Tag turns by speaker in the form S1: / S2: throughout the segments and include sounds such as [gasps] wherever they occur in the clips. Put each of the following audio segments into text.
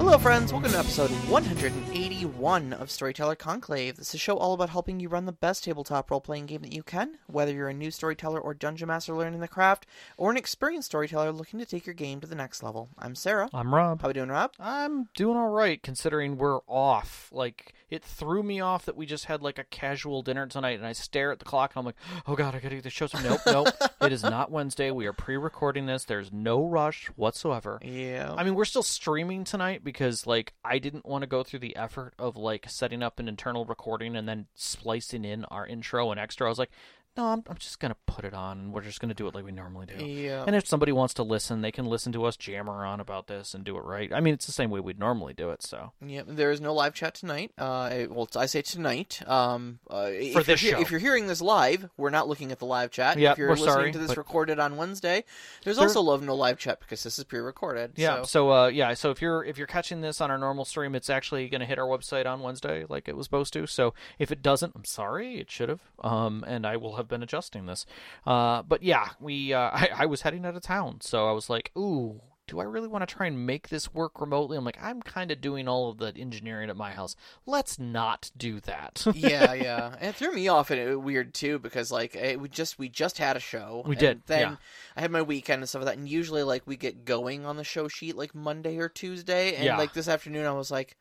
S1: Welcome to episode 181 of Storyteller Conclave. This is a show all about helping you run the best tabletop role playing game that you can, whether you're a new storyteller or dungeon master learning the craft, or an experienced storyteller looking to take your game to the next level. I'm Sarah.
S2: I'm Rob.
S1: How we doing, Rob?
S2: I'm doing all right considering we're off. Like it threw me off that we just had like a casual dinner tonight, and I stare at the clock and I'm like, [gasps] "Oh God, I gotta get the show." Nope, nope. it is not Wednesday. We are pre-recording this. There's no rush whatsoever.
S1: Yeah.
S2: I mean, we're still streaming tonight because like I didn't want to go through the effort of like setting up an internal recording and then splicing in our intro and extra. I was like, "No, I'm, I'm just gonna put it on, and we're just gonna do it like we normally do."
S1: yeah.
S2: And if somebody wants to listen, they can listen to us jammer on about this and do it right. I mean, it's the same way we'd normally do it. So
S1: Yeah, there is no live chat tonight. Uh, it- well, I say tonight. Um, uh, if
S2: For this
S1: you're, he-
S2: show.
S1: If you're hearing this live, we're not looking at the live chat.
S2: Yeah,
S1: if you're
S2: we're
S1: listening
S2: sorry,
S1: to this
S2: but-
S1: recorded on Wednesday, there's
S2: There-
S1: also love no live chat because this is pre-recorded.
S2: yeah, so,
S1: so-
S2: uh, yeah, so if you're if you're catching this on our normal stream, it's actually going to hit our website on Wednesday, like it was supposed to. So if it doesn't, I'm sorry, it should have. Um, and I will have been adjusting this. Uh, but yeah, we uh, [laughs] I, I was heading out of town, so I was like, ooh. Do I really want to try and make this work remotely? I'm like, I'm kind of doing all of the engineering at my house. Let's not do that. [laughs]
S1: yeah, yeah, and it threw me off and it was weird too because like it, we just we just had a show.
S2: We
S1: and
S2: did,
S1: Then
S2: yeah.
S1: I had my weekend and stuff like that, and usually like we get going on the show sheet like Monday or Tuesday, and
S2: Yeah.
S1: like this afternoon I was like,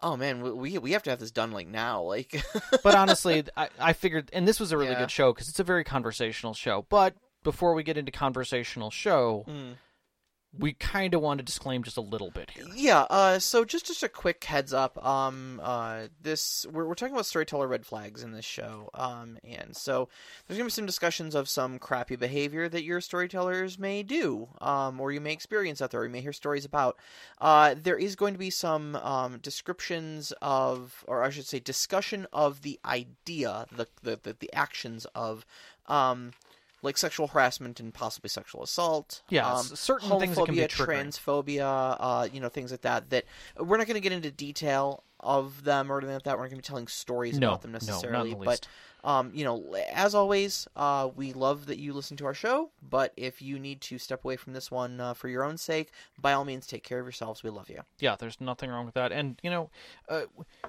S1: oh man, we- we we have to have this done like now, like [laughs]
S2: but honestly, I, I figured, and this was a really
S1: Yeah.
S2: good show because it's a very conversational show. But before we get into conversational show,
S1: Mm.
S2: we kind of want to disclaim just a little bit here.
S1: Yeah, uh, so just just a quick heads up. Um, uh, this we're we're talking about storyteller red flags in this show. Um, and so there's gonna be some discussions of some crappy behavior that your storytellers may do, um, or you may experience out there, or you may hear stories about. Uh, there is going to be some um, descriptions of, or I should say, discussion of the idea, the the the, the actions of, um. Like sexual harassment and possibly sexual assault.
S2: Yeah,
S1: um,
S2: s- certain things that can be
S1: homophobia,
S2: triggering.
S1: transphobia, uh, you know, things like that. That we're not going to get into detail of them or anything like that. We're not going to be telling stories
S2: No,
S1: about them
S2: no, not in
S1: necessarily.
S2: the
S1: but
S2: least.
S1: um, you know, as always, uh, we love that you listen to our show. But if you need to step away from this one uh, for your own sake, by all means, take care of yourselves. We love you.
S2: Yeah, there's nothing wrong with that. And, you know, uh,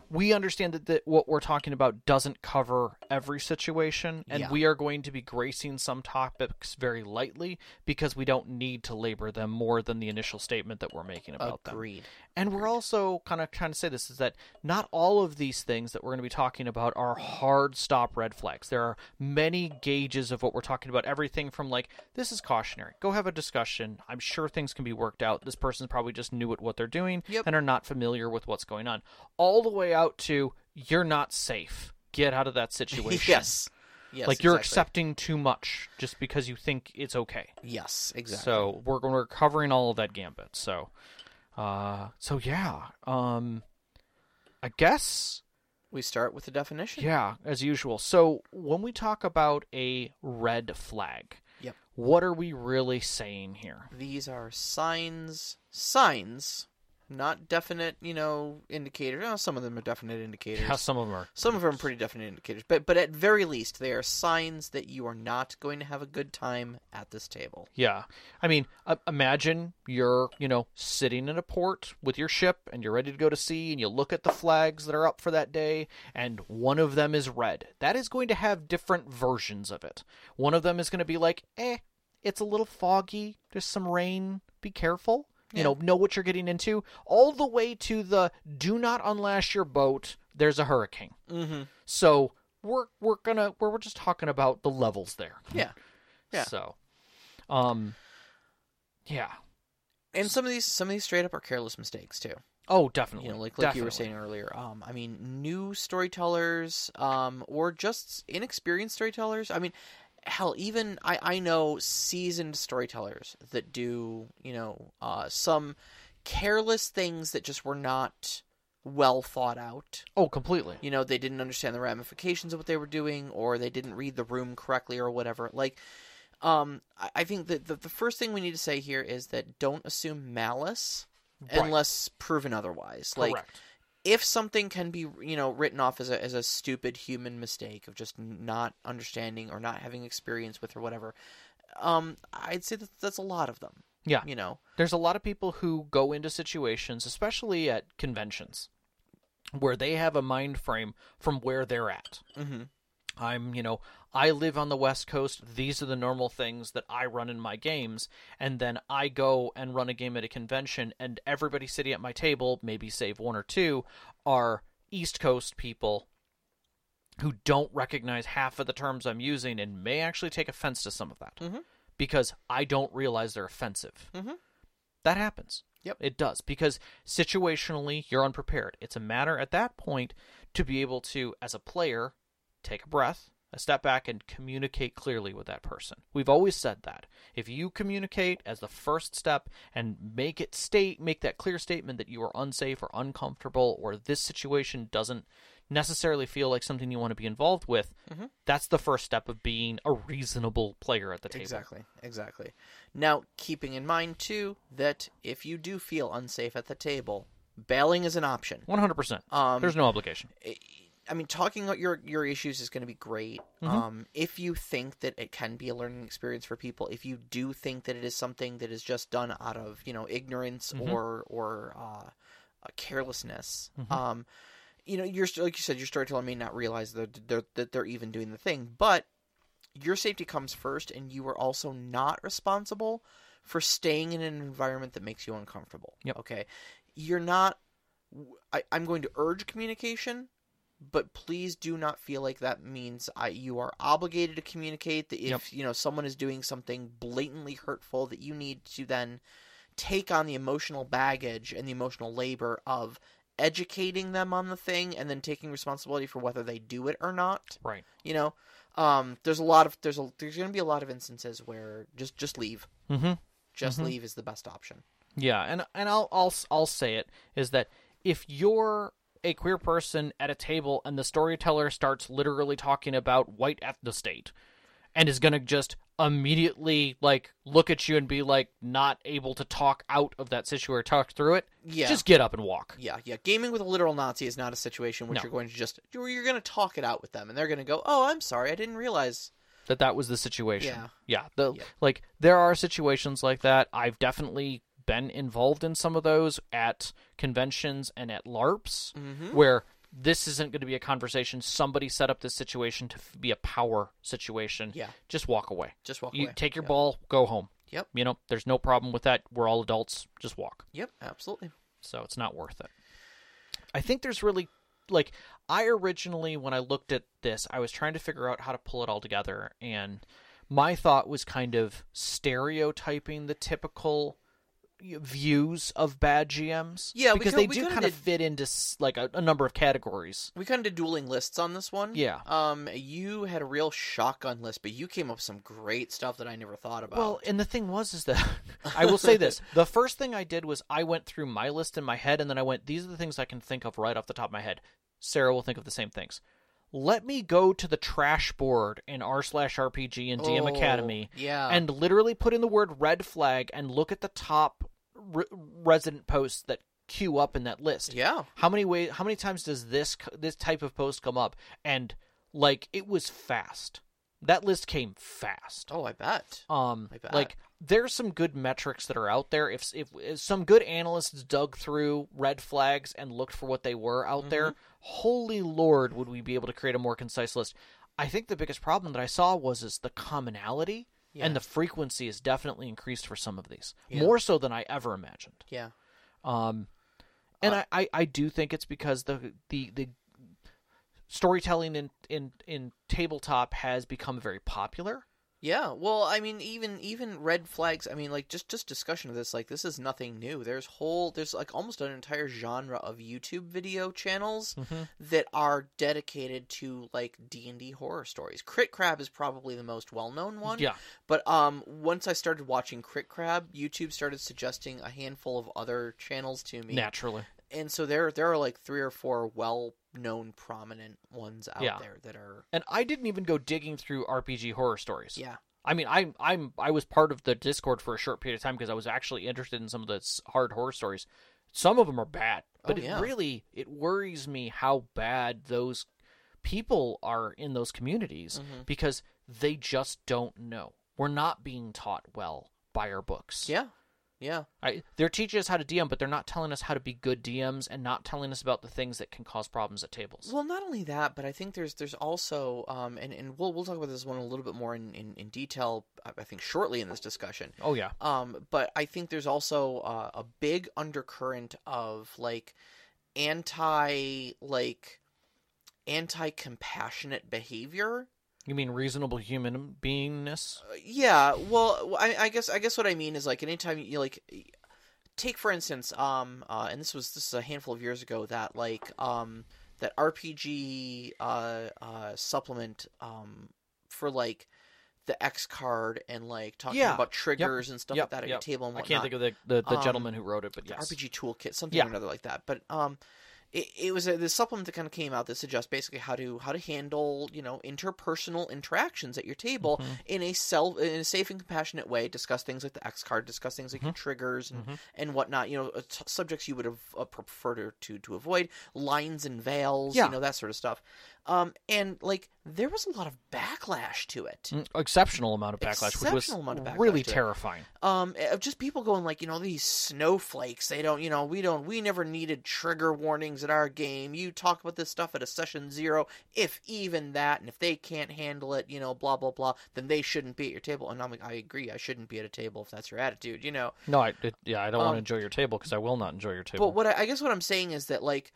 S2: we understand that, that what we're talking about doesn't cover every situation, and
S1: Yeah.
S2: we are going to be gracing some topics very lightly because we don't need to labor them more than the initial statement that we're making about them.
S1: Agreed.
S2: And we're also kind of trying to say this is that not all of these things that we're going to be talking about are hard stop red flags. There are many gauges of what we're talking about. Everything from like, this is cautionary. Go have a discussion. I'm sure things can be worked out. This person's probably just new at what they're doing
S1: Yep.
S2: and are not familiar with what's going on. All the way out to, you're not safe. Get out of that situation.
S1: [laughs] yes. Yes.
S2: like you're
S1: exactly.
S2: accepting too much just because you think it's okay.
S1: Yes. Exactly.
S2: So we're we're covering all of that gambit. So, uh, so yeah. Um, I guess
S1: we start with the definition.
S2: yeah, as usual. So when we talk about a red flag,
S1: Yep.
S2: what are we really saying here?
S1: These are signs, signs, not definite, you know, indicators. Oh, some of them are definite indicators.
S2: How some of them are.
S1: Some of them are pretty definite indicators, but but at very least they are signs that you are not going to have a good time at this table.
S2: Yeah, I mean, uh, imagine you're you know sitting in a port with your ship and you're ready to go to sea, and you look at the flags that are up for that day, and one of them is red. That is going to have different versions of it. One of them is going to be like, eh, it's a little foggy. There's some rain. Be careful. You know, know what you're getting into. All the way to the do not unlash your boat. There's a hurricane.
S1: Mm-hmm.
S2: So we're we're gonna we're, we're just talking about the levels there.
S1: Yeah. Yeah.
S2: So, um, yeah.
S1: And some of these some of these straight up are careless mistakes too.
S2: Oh, definitely.
S1: You know, like like you were
S2: Definitely.
S1: saying earlier. Um, I mean, new storytellers, um, or just inexperienced storytellers. I mean, hell, even I I know seasoned storytellers that do you know uh some careless things that just were not well thought out.
S2: Oh, completely.
S1: you know they didn't understand the ramifications of what they were doing or they didn't read the room correctly or whatever like um i, I think that the, the first thing we need to say here is that don't assume malice
S2: Right.
S1: unless proven otherwise like
S2: Correct.
S1: if something can be you know written off as a, as a stupid human mistake of just not understanding or not having experience with or whatever um i'd say that that's a lot of them
S2: Yeah.
S1: You know,
S2: There's a lot of people who go into situations, especially at conventions, where they have a mind frame from where they're at.
S1: Mhm.
S2: I'm, you know, I live on the West Coast. These are the normal things that I run in my games. And then I go and run a game at a convention, and everybody sitting at my table, maybe save one or two, are East Coast people who don't recognize half of the terms I'm using and may actually take offense to some of that
S1: Mhm.
S2: because I don't realize they're offensive.
S1: Mhm.
S2: That happens.
S1: Yep.
S2: It does because situationally you're unprepared. It's a matter at that point to be able to, as a player, take a breath, a step back, and communicate clearly with that person. We've always said that. If you communicate as the first step and make it state, make that clear statement that you are unsafe or uncomfortable or this situation doesn't necessarily feel like something you want to be involved with, that's the first step of being a reasonable player at the table.
S1: Exactly, exactly. Now, keeping in mind too that if you do feel unsafe at the table, bailing is an option.
S2: One hundred percent.
S1: Um,
S2: There's no obligation.
S1: I mean, talking out your your issues is going to be great. Um, if you think that it can be a learning experience for people, if you do think that it is something that is just done out of you know ignorance or or uh, uh, carelessness, um, you know, you're like you said, your storyteller may not realize that they're, that they're even doing the thing, but your safety comes first, and you are also not responsible for staying in an environment that makes you uncomfortable.
S2: Yep.
S1: Okay, you're not. I, I'm going to urge communication, but please do not feel like that means I you are obligated to communicate that if
S2: Yep.
S1: you know someone is doing something blatantly hurtful that you need to then take on the emotional baggage and the emotional labor of educating them on the thing and then taking responsibility for whether they do it or not
S2: Right.
S1: you know um there's a lot of there's a there's going to be a lot of instances where just just leave
S2: Mm-hmm.
S1: just leave is the best option
S2: Yeah, and and I'll I'll I'll say it is that if you're a queer person at a table and the storyteller starts literally talking about white ethnostate and is going to just immediately like look at you and be like not able to talk out of that situation or talk through it,
S1: Yeah.
S2: just get up and walk.
S1: yeah yeah gaming with a literal nazi is not a situation where
S2: No.
S1: you're going to just you're, you're going to talk it out with them and they're going to go oh i'm sorry i didn't realize
S2: that that was the situation.
S1: Yeah.
S2: Yeah. The,
S1: Yeah.
S2: Like there are situations like that. I've definitely been involved in some of those at conventions and at LARPs
S1: Mm-hmm.
S2: where this isn't going to be a conversation. Somebody set up this situation to f- be a power situation.
S1: Yeah.
S2: Just walk away.
S1: just walk
S2: You
S1: away
S2: take your ball, go home.
S1: Yep.
S2: You know, there's no problem with that. We're all adults. Just walk
S1: yep absolutely
S2: so it's not worth it. I think there's really like I originally when I looked at this, I was trying to figure out how to pull it all together and my thought was kind of stereotyping the typical views of bad GMs
S1: Yeah, we
S2: because
S1: kin-
S2: they
S1: we
S2: do
S1: kinda
S2: kind of
S1: did-
S2: fit into s- like a, a number of categories.
S1: we kind of did dueling lists on this one.
S2: Yeah.
S1: Um, you had a real shotgun list, but you came up with some great stuff that I never thought about.
S2: Well, and the thing was is
S1: [laughs]
S2: that I will say this. The first thing I did was I went through my list in my head and then I went, these are the things I can think of right off the top of my head. Sarah will think of the same things. Let me go to the trash board in R slash RPG and DM
S1: Oh,
S2: Academy
S1: yeah.
S2: and literally put in the word red flag and look at the top re- resident posts that queue up in that list.
S1: yeah,
S2: How many ways? How many times does this c- this type of post come up? And like it was fast. That list came fast.
S1: oh, I bet.
S2: Um,
S1: I bet.
S2: like there's some good metrics that are out there. If, if if some good analysts dug through red flags and looked for what they were out there, holy lord, would we be able to create a more concise list? I think the biggest problem that I saw was is the commonality and the frequency is definitely increased for some of these, more so than I ever imagined.
S1: Yeah,
S2: Um, and I, I, I do think it's because the the the storytelling in in in tabletop has become very popular.
S1: yeah. Well, I mean, even even red flags. I mean, like just just discussion of this. Like this is nothing new. There's whole there's like almost an entire genre of YouTube video channels
S2: Mm-hmm.
S1: that are dedicated to like D and D horror stories. Crit Crab is probably the most well known one.
S2: Yeah.
S1: But um, once I started watching Crit Crab, YouTube started suggesting a handful of other channels to me,
S2: Naturally.
S1: and so there there are like three or four well known prominent ones out
S2: Yeah.
S1: there that are
S2: and I didn't even go digging through RPG horror stories.
S1: yeah
S2: I mean, I'm I'm I was part of the Discord for a short period of time because I was actually interested in some of the s- hard horror stories. Some of them are bad, but
S1: Oh, yeah.
S2: it really it worries me how bad those people are in those communities
S1: Mm-hmm.
S2: because they just don't know. We're not being taught well by our books.
S1: yeah Yeah.
S2: I, they're teaching us how to DM, but they're not telling us how to be good DMs and not telling us about the things that can cause problems at tables.
S1: Well, not only that, but I think there's there's also um, and and we'll we'll talk about this one a little bit more in, in, in detail. I I think shortly in this discussion.
S2: Oh yeah,
S1: Um, but I think there's also uh, a big undercurrent of like anti like anti compassionate behavior.
S2: you mean reasonable human beingness?
S1: Uh, yeah, well, I, I guess I guess what I mean is like anytime you like take for instance, um, uh, and this was this is a handful of years ago that like um that RPG uh uh supplement um for like the X card and like talking
S2: Yeah.
S1: about triggers and stuff
S2: Yep.
S1: like that at
S2: Yep.
S1: your table and
S2: I
S1: whatnot
S2: can't think of the the, the
S1: Um,
S2: gentleman who wrote it, but yes,
S1: the RPG toolkit, something
S2: Yeah.
S1: or another like that. But um, it, it was a, this supplement that kind of came out that suggests basically how to how to handle you know interpersonal interactions at your table
S2: Mhm.
S1: in a self in a safe and compassionate way. Discuss things like the X card, discuss things like your triggers and,
S2: Mhm.
S1: and whatnot. You know, uh, t- subjects you would have uh, preferred to- to to avoid, lines and veils,
S2: Yeah.
S1: you know that sort of stuff. Um, and like there was a lot of backlash to it.
S2: Mm, exceptional amount of backlash, which was
S1: Exceptional amount of backlash
S2: really
S1: to it.
S2: terrifying.
S1: um of just people going like you know these snowflakes they don't you know we don't we never needed trigger warnings in our game you talk about this stuff at a session zero if even that and if they can't handle it you know blah blah blah then they shouldn't be at your table and i'm like i agree i shouldn't be at a table if that's your attitude you know
S2: No, I it, yeah, I don't want
S1: Um,
S2: to enjoy your table because I will not enjoy your
S1: but
S2: table.
S1: what I, I guess what i'm saying is that like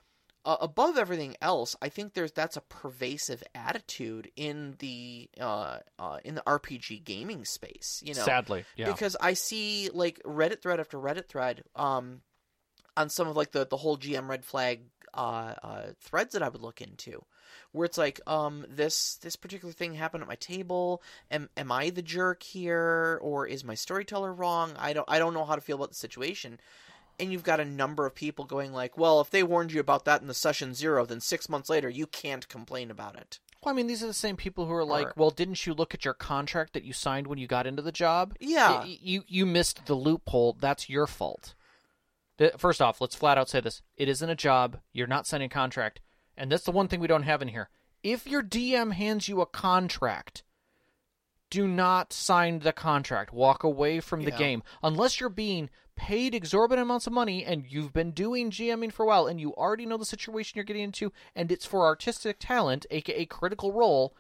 S1: uh, above everything else i think there's that's a pervasive attitude in the uh, uh in the rpg gaming space you know
S2: Sadly, yeah,
S1: because I see like Reddit thread after Reddit thread um on some of like the the whole GM red flag uh, uh threads that I would look into where it's like um this this particular thing happened at my table am am I the jerk here or is my storyteller wrong I don't I don't know how to feel about the situation and you've got a number of people going like well if they warned you about that in the session 0 then 6 months later you can't complain about it
S2: well, I mean, these are the same people who are like,
S1: Or-
S2: "Well, didn't you look at your contract that you signed when you got into the job?
S1: yeah
S2: Y- you you missed the loophole. That's your fault." Th- First off, let's flat out say this: it isn't a job. You're not signing a contract, and that's the one thing we don't have in here. If your DM hands you a contract, do not sign the contract. Walk away from the
S1: Yeah.
S2: game unless you're being paid exorbitant amounts of money and you've been doing GMing for a while and you already know the situation you're getting into and it's for artistic talent, aka critical role.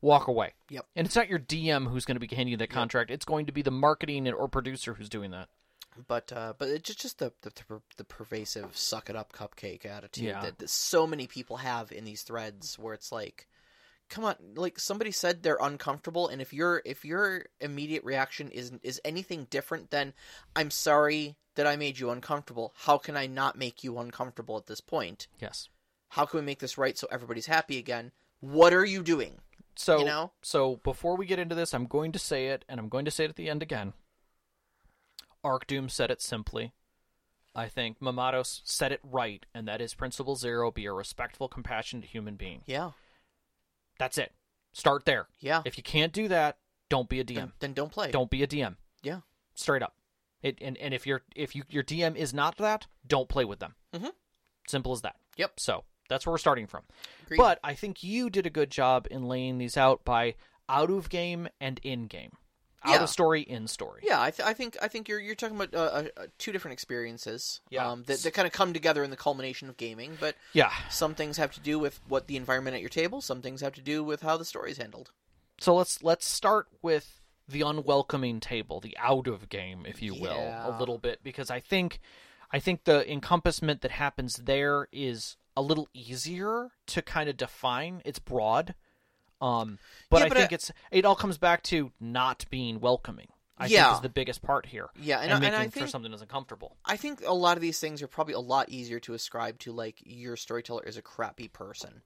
S2: Walk away.
S1: Yep.
S2: And it's not your DM who's going to be handing you the contract. It's going to be the marketing and or producer who's doing that.
S1: but uh, but it's just, just the, the per- the pervasive suck it up cupcake attitude
S2: Yeah.
S1: that, that so many people have in these threads, where it's like, come on, like somebody said they're uncomfortable, and if your if your immediate reaction is is anything different than I'm sorry that I made you uncomfortable, how can I not make you uncomfortable at this point?
S2: Yes.
S1: How can we make this right so everybody's happy again? What are you doing?
S2: So
S1: You know?
S2: so before we get into this, I'm going to say it, and I'm going to say it at the end again. Arkdoom said it simply. I think Mamato s- said it right, and that is principle zero: be a respectful, compassionate human being.
S1: Yeah,
S2: That's it. Start there.
S1: yeah.
S2: If you can't do that, don't be a DM.
S1: Then, then don't play.
S2: Don't be a DM.
S1: Yeah.
S2: Straight up. It and, and if your if you your DM is not that, don't play with them.
S1: Mhm.
S2: Simple as that.
S1: Yep.
S2: So that's where we're starting from.
S1: Agreed.
S2: But I think you did a good job in laying these out by out of game and in game, out
S1: Yeah.
S2: of story, in story.
S1: Yeah, I, th- I think I think you're you're talking about uh, uh, two different experiences.
S2: Yeah.
S1: Um, that that kind of come together in the culmination of gaming, but
S2: Yeah.
S1: some things have to do with what the environment at your table. Some things have to do with how the story is handled.
S2: So let's let's start with the unwelcoming table, the out of game, if you will, a
S1: Yeah.
S2: little bit, because I think I think the encompassment that happens there is a little easier to kind of define. It's broad. Um but
S1: Yeah,
S2: I
S1: but
S2: think
S1: I-
S2: it's it all comes back to not being welcoming. I
S1: Yeah.
S2: think is the biggest part here.
S1: Yeah, and,
S2: and,
S1: I,
S2: making
S1: and I
S2: for
S1: think
S2: something that's uncomfortable.
S1: I think a lot of these things are probably a lot easier to ascribe to like your storyteller is a crappy person.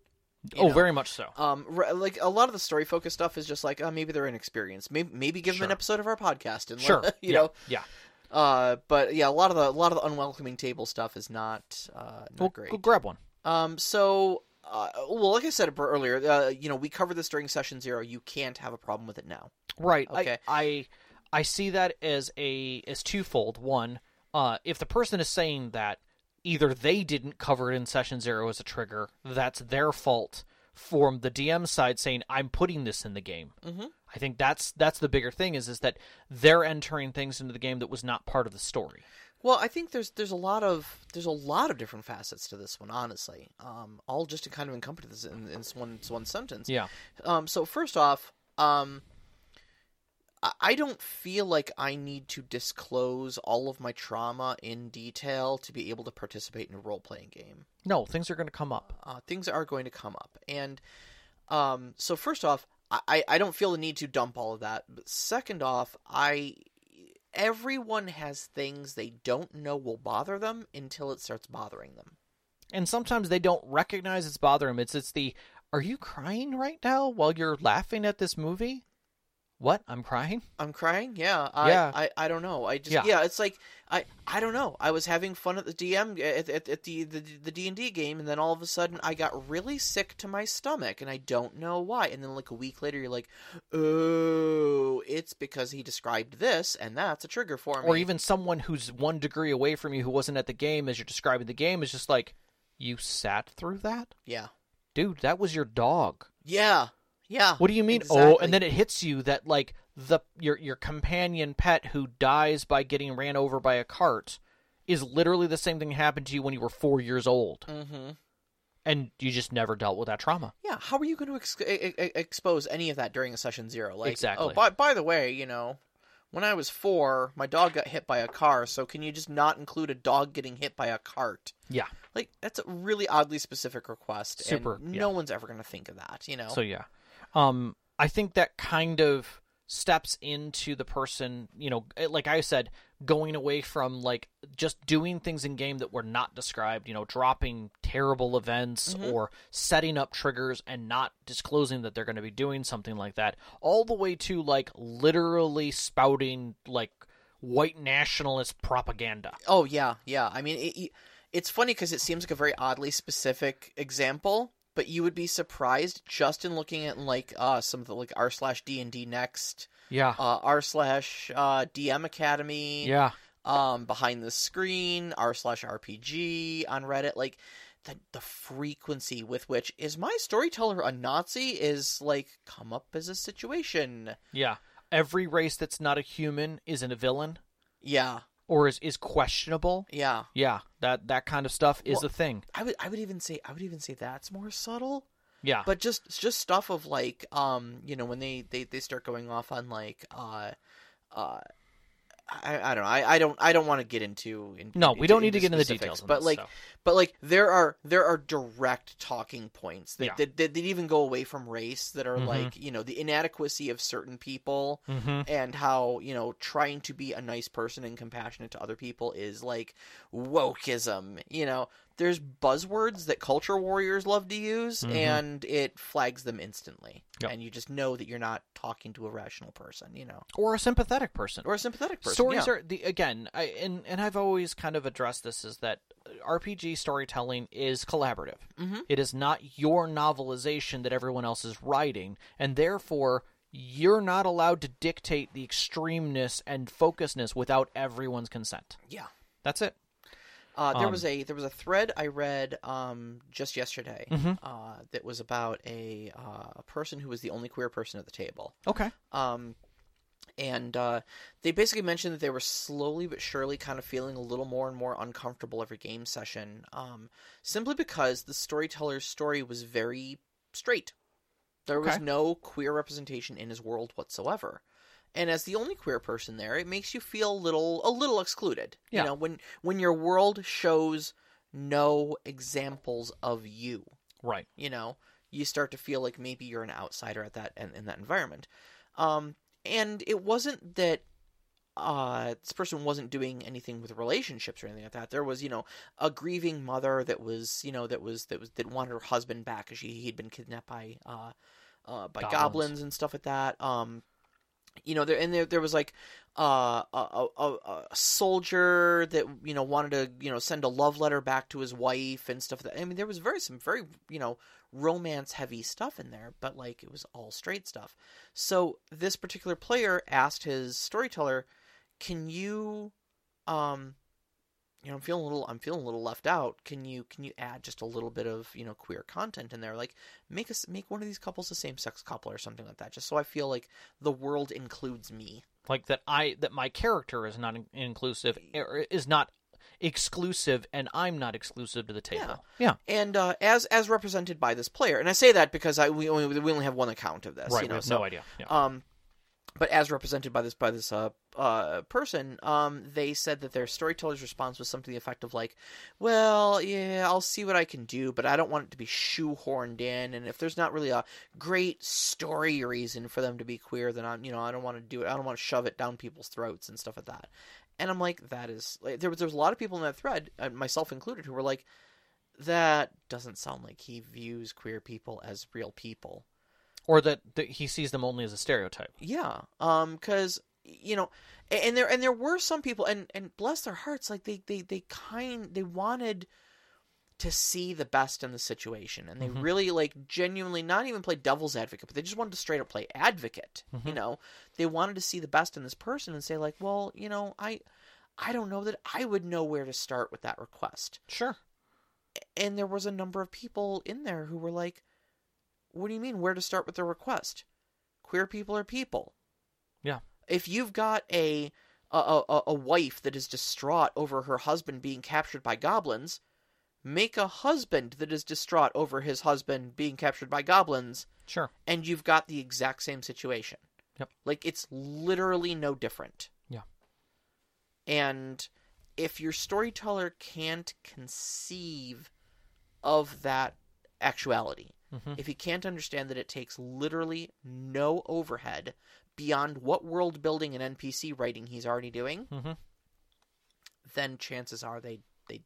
S1: you
S2: oh,
S1: know?
S2: very much so.
S1: Um, r- like a lot of the story focused stuff is just like, oh, maybe they're inexperienced. Maybe maybe give them an
S2: Sure.
S1: episode of our podcast and let- [laughs]
S2: [laughs] Sure.
S1: you
S2: yeah.
S1: know.
S2: Yeah.
S1: Uh, but yeah, a lot of the a lot of the unwelcoming table stuff is not uh not
S2: Well,
S1: great.
S2: go grab one.
S1: Um, so, uh, well, like I said earlier, uh, you know, we covered this during session zero. You can't have a problem with it now.
S2: Right.
S1: Okay.
S2: I, I I see that as a as twofold. One, uh, if the person is saying that either they didn't cover it in session zero as a trigger, that's their fault from the DM side saying, "I'm putting this in the game."
S1: Mhm.
S2: I think that's that's the bigger thing is is that they're entering things into the game that was not part of the story.
S1: Well, I think there's there's a lot of there's a lot of different facets to this one, honestly. Um, all just to kind of encompass this in, in this one this one sentence.
S2: Yeah,
S1: Um, so first off, um, I- I don't feel like I need to disclose all of my trauma in detail to be able to participate in a role playing game.
S2: no, things are going to come up.
S1: Uh, things are going to come up, and um, so first off, I- I I don't feel the need to dump all of that. But second off, I everyone has things they don't know will bother them until it starts bothering them.
S2: and sometimes they don't recognize it's bothering them. It's it's the are you crying right now while you're laughing at this movie? What? I'm crying?
S1: I'm crying. Yeah. I,
S2: Yeah.
S1: I, I don't know. I just yeah.
S2: Yeah.
S1: It's like I I don't know. I was having fun at the DM at, at, at the the the D and D game, and then all of a sudden I got really sick to my stomach, and I don't know why. And then like a week later, you're like, oh, it's because he described this, and that's a trigger for me.
S2: Or even someone who's one degree away from you who wasn't at the game as you're describing the game is just like, You sat through that?
S1: yeah,
S2: Dude, that was your dog.
S1: yeah, yeah.
S2: What do you mean? Oh,
S1: Uh-huh. Exactly.
S2: and then it hits you that like the your your companion pet who dies by getting ran over by a cart is literally the same thing that happened to you when you were four years old,
S1: Mm-hmm.
S2: and you just never dealt with that trauma.
S1: Yeah, how are you going to ex- e- e- expose any of that during a session zero? Like,
S2: Exactly.
S1: Oh, by by the way, you know, when I was four, my dog got hit by a car. So can you just not include a dog getting hit by a cart?
S2: Yeah.
S1: Like that's a really oddly specific request.
S2: Super,
S1: And
S2: yeah.
S1: No one's ever going to think of that. You know.
S2: So yeah, um, I think that kind of steps into the person, you know, eh, like I said, going away from like just doing things in game that were not described, you know, dropping terrible events
S1: Mhm.
S2: or setting up triggers and not disclosing that they're going to be doing something like that, all the way to like literally spouting like white nationalist propaganda.
S1: oh yeah, yeah. I mean, it, it- it's funny because it seems like a very oddly specific example. But you would be surprised just in looking at like uh, some of the like r slash D and D next,
S2: Yeah.
S1: uh, r slash uh, DM Academy,
S2: Um, yeah.
S1: um behind the screen r slash rpg on reddit like the, the frequency with which is my storyteller a nazi is like come up as a situation
S2: Yeah. Every race that's not a human isn't a villain
S1: yeah
S2: or is, is questionable.
S1: yeah
S2: Yeah, that that kind of stuff is
S1: Well-
S2: a thing.
S1: i would i would even say i would even say that's more subtle
S2: Yeah,
S1: but just just stuff of like um you know when they they, they start going off on like uh uh I, I don't know. I, I don't. I don't want to get into. In,
S2: no, we don't need to get into the
S1: specifics,
S2: details. on
S1: But
S2: this
S1: like,
S2: stuff.
S1: but like there are there are direct talking points that
S2: Yeah.
S1: that, that, that even go away from race that are
S2: Mhm.
S1: like you know the inadequacy of certain people
S2: Mhm.
S1: and how you know trying to be a nice person and compassionate to other people is like wokeism you know there's buzzwords that culture warriors love to use
S2: Mhm.
S1: and it flags them instantly
S2: Yep.
S1: and you just know that you're not talking to a rational person you know
S2: or a sympathetic person.
S1: or a sympathetic person
S2: Stories
S1: yeah.
S2: are the again, I and and I've always kind of addressed this is that RPG storytelling is collaborative.
S1: Mhm.
S2: It is not your novelization that everyone else is writing, and therefore you're not allowed to dictate the extremeness and focusness without everyone's consent.
S1: yeah
S2: That's it.
S1: Uh, there
S2: Um,
S1: was a there was a thread I read um, just yesterday
S2: Mhm.
S1: uh, that was about a uh, a person who was the only queer person at the table,
S2: Okay.
S1: um, and uh, they basically mentioned that they were slowly but surely kind of feeling a little more and more uncomfortable every game session, um, simply because the storyteller's story was very straight. There was
S2: Okay.
S1: no queer representation in his world whatsoever and as the only queer person there, it makes you feel a little a little excluded.
S2: Yeah.
S1: You know, when when your world shows no examples of you,
S2: Right.
S1: you know, you start to feel like maybe you're an outsider at that in, in that environment. Um, and it wasn't that uh, this person wasn't doing anything with relationships or anything like that. There was, you know, a grieving mother that was, you know, that was that was that wanted her husband back because she he'd been kidnapped by uh, uh, by goblins.
S2: Goblins.
S1: and stuff like that. Um, you know, there and there there was like uh, a, a a a soldier that you know wanted to you know send a love letter back to his wife and stuff. like That I mean, there was very some very you know romance heavy stuff in there, but like it was all straight stuff. So this particular player asked his storyteller, "Can you um you know, I'm feeling a little, I'm feeling a little left out. Can you, can you add just a little bit of, you know, queer content in there? Like, make us, make one of these couples a same-sex couple or something like that, just so I feel like the world includes me.
S2: like that i that my character is not in- inclusive er, is not exclusive and i'm not exclusive to the table yeah,
S1: And uh, as as represented by this player, and I say that because I we only we only have one account of this,
S2: right
S1: you know,
S2: we have
S1: so
S2: no idea yeah.
S1: um but as represented by this by this uh, uh person um they said that their storyteller's response was something to the effect of like well yeah i'll see what i can do but i don't want it to be shoehorned in and if there's not really a great story reason for them to be queer then i'm you know i don't want to do it i don't want to shove it down people's throats and stuff like that and i'm like that is like, there was there was a lot of people in that thread uh, myself included who were like that doesn't sound like he views queer people as real people
S2: or that, that he sees them only as a stereotype
S1: yeah, um, because you know, a- and there and there were some people, and and bless their hearts, like they they they kind they wanted to see the best in the situation, and they
S2: Mhm.
S1: really like genuinely not even play devil's advocate, but they just wanted to straight up play advocate. You
S2: Mhm.
S1: know, they wanted to see the best in this person and say like, well, you know, I. I don't know that I would know where to start with that request.
S2: sure
S1: And there was a number of people in there who were like, What do you mean, where to start with the request? Queer people are people if you've got a a, a a wife that is distraught over her husband being captured by goblins, make a husband that is distraught over his husband being captured by goblins,
S2: sure
S1: and you've got the exact same situation.
S2: Yep.
S1: Like it's literally no different.
S2: Yeah.
S1: And if your storyteller can't conceive of that actuality,
S2: Mhm.
S1: if he can't understand that it takes literally no overhead beyond what world building and NPC writing he's already doing,
S2: Mhm.
S1: then chances are they they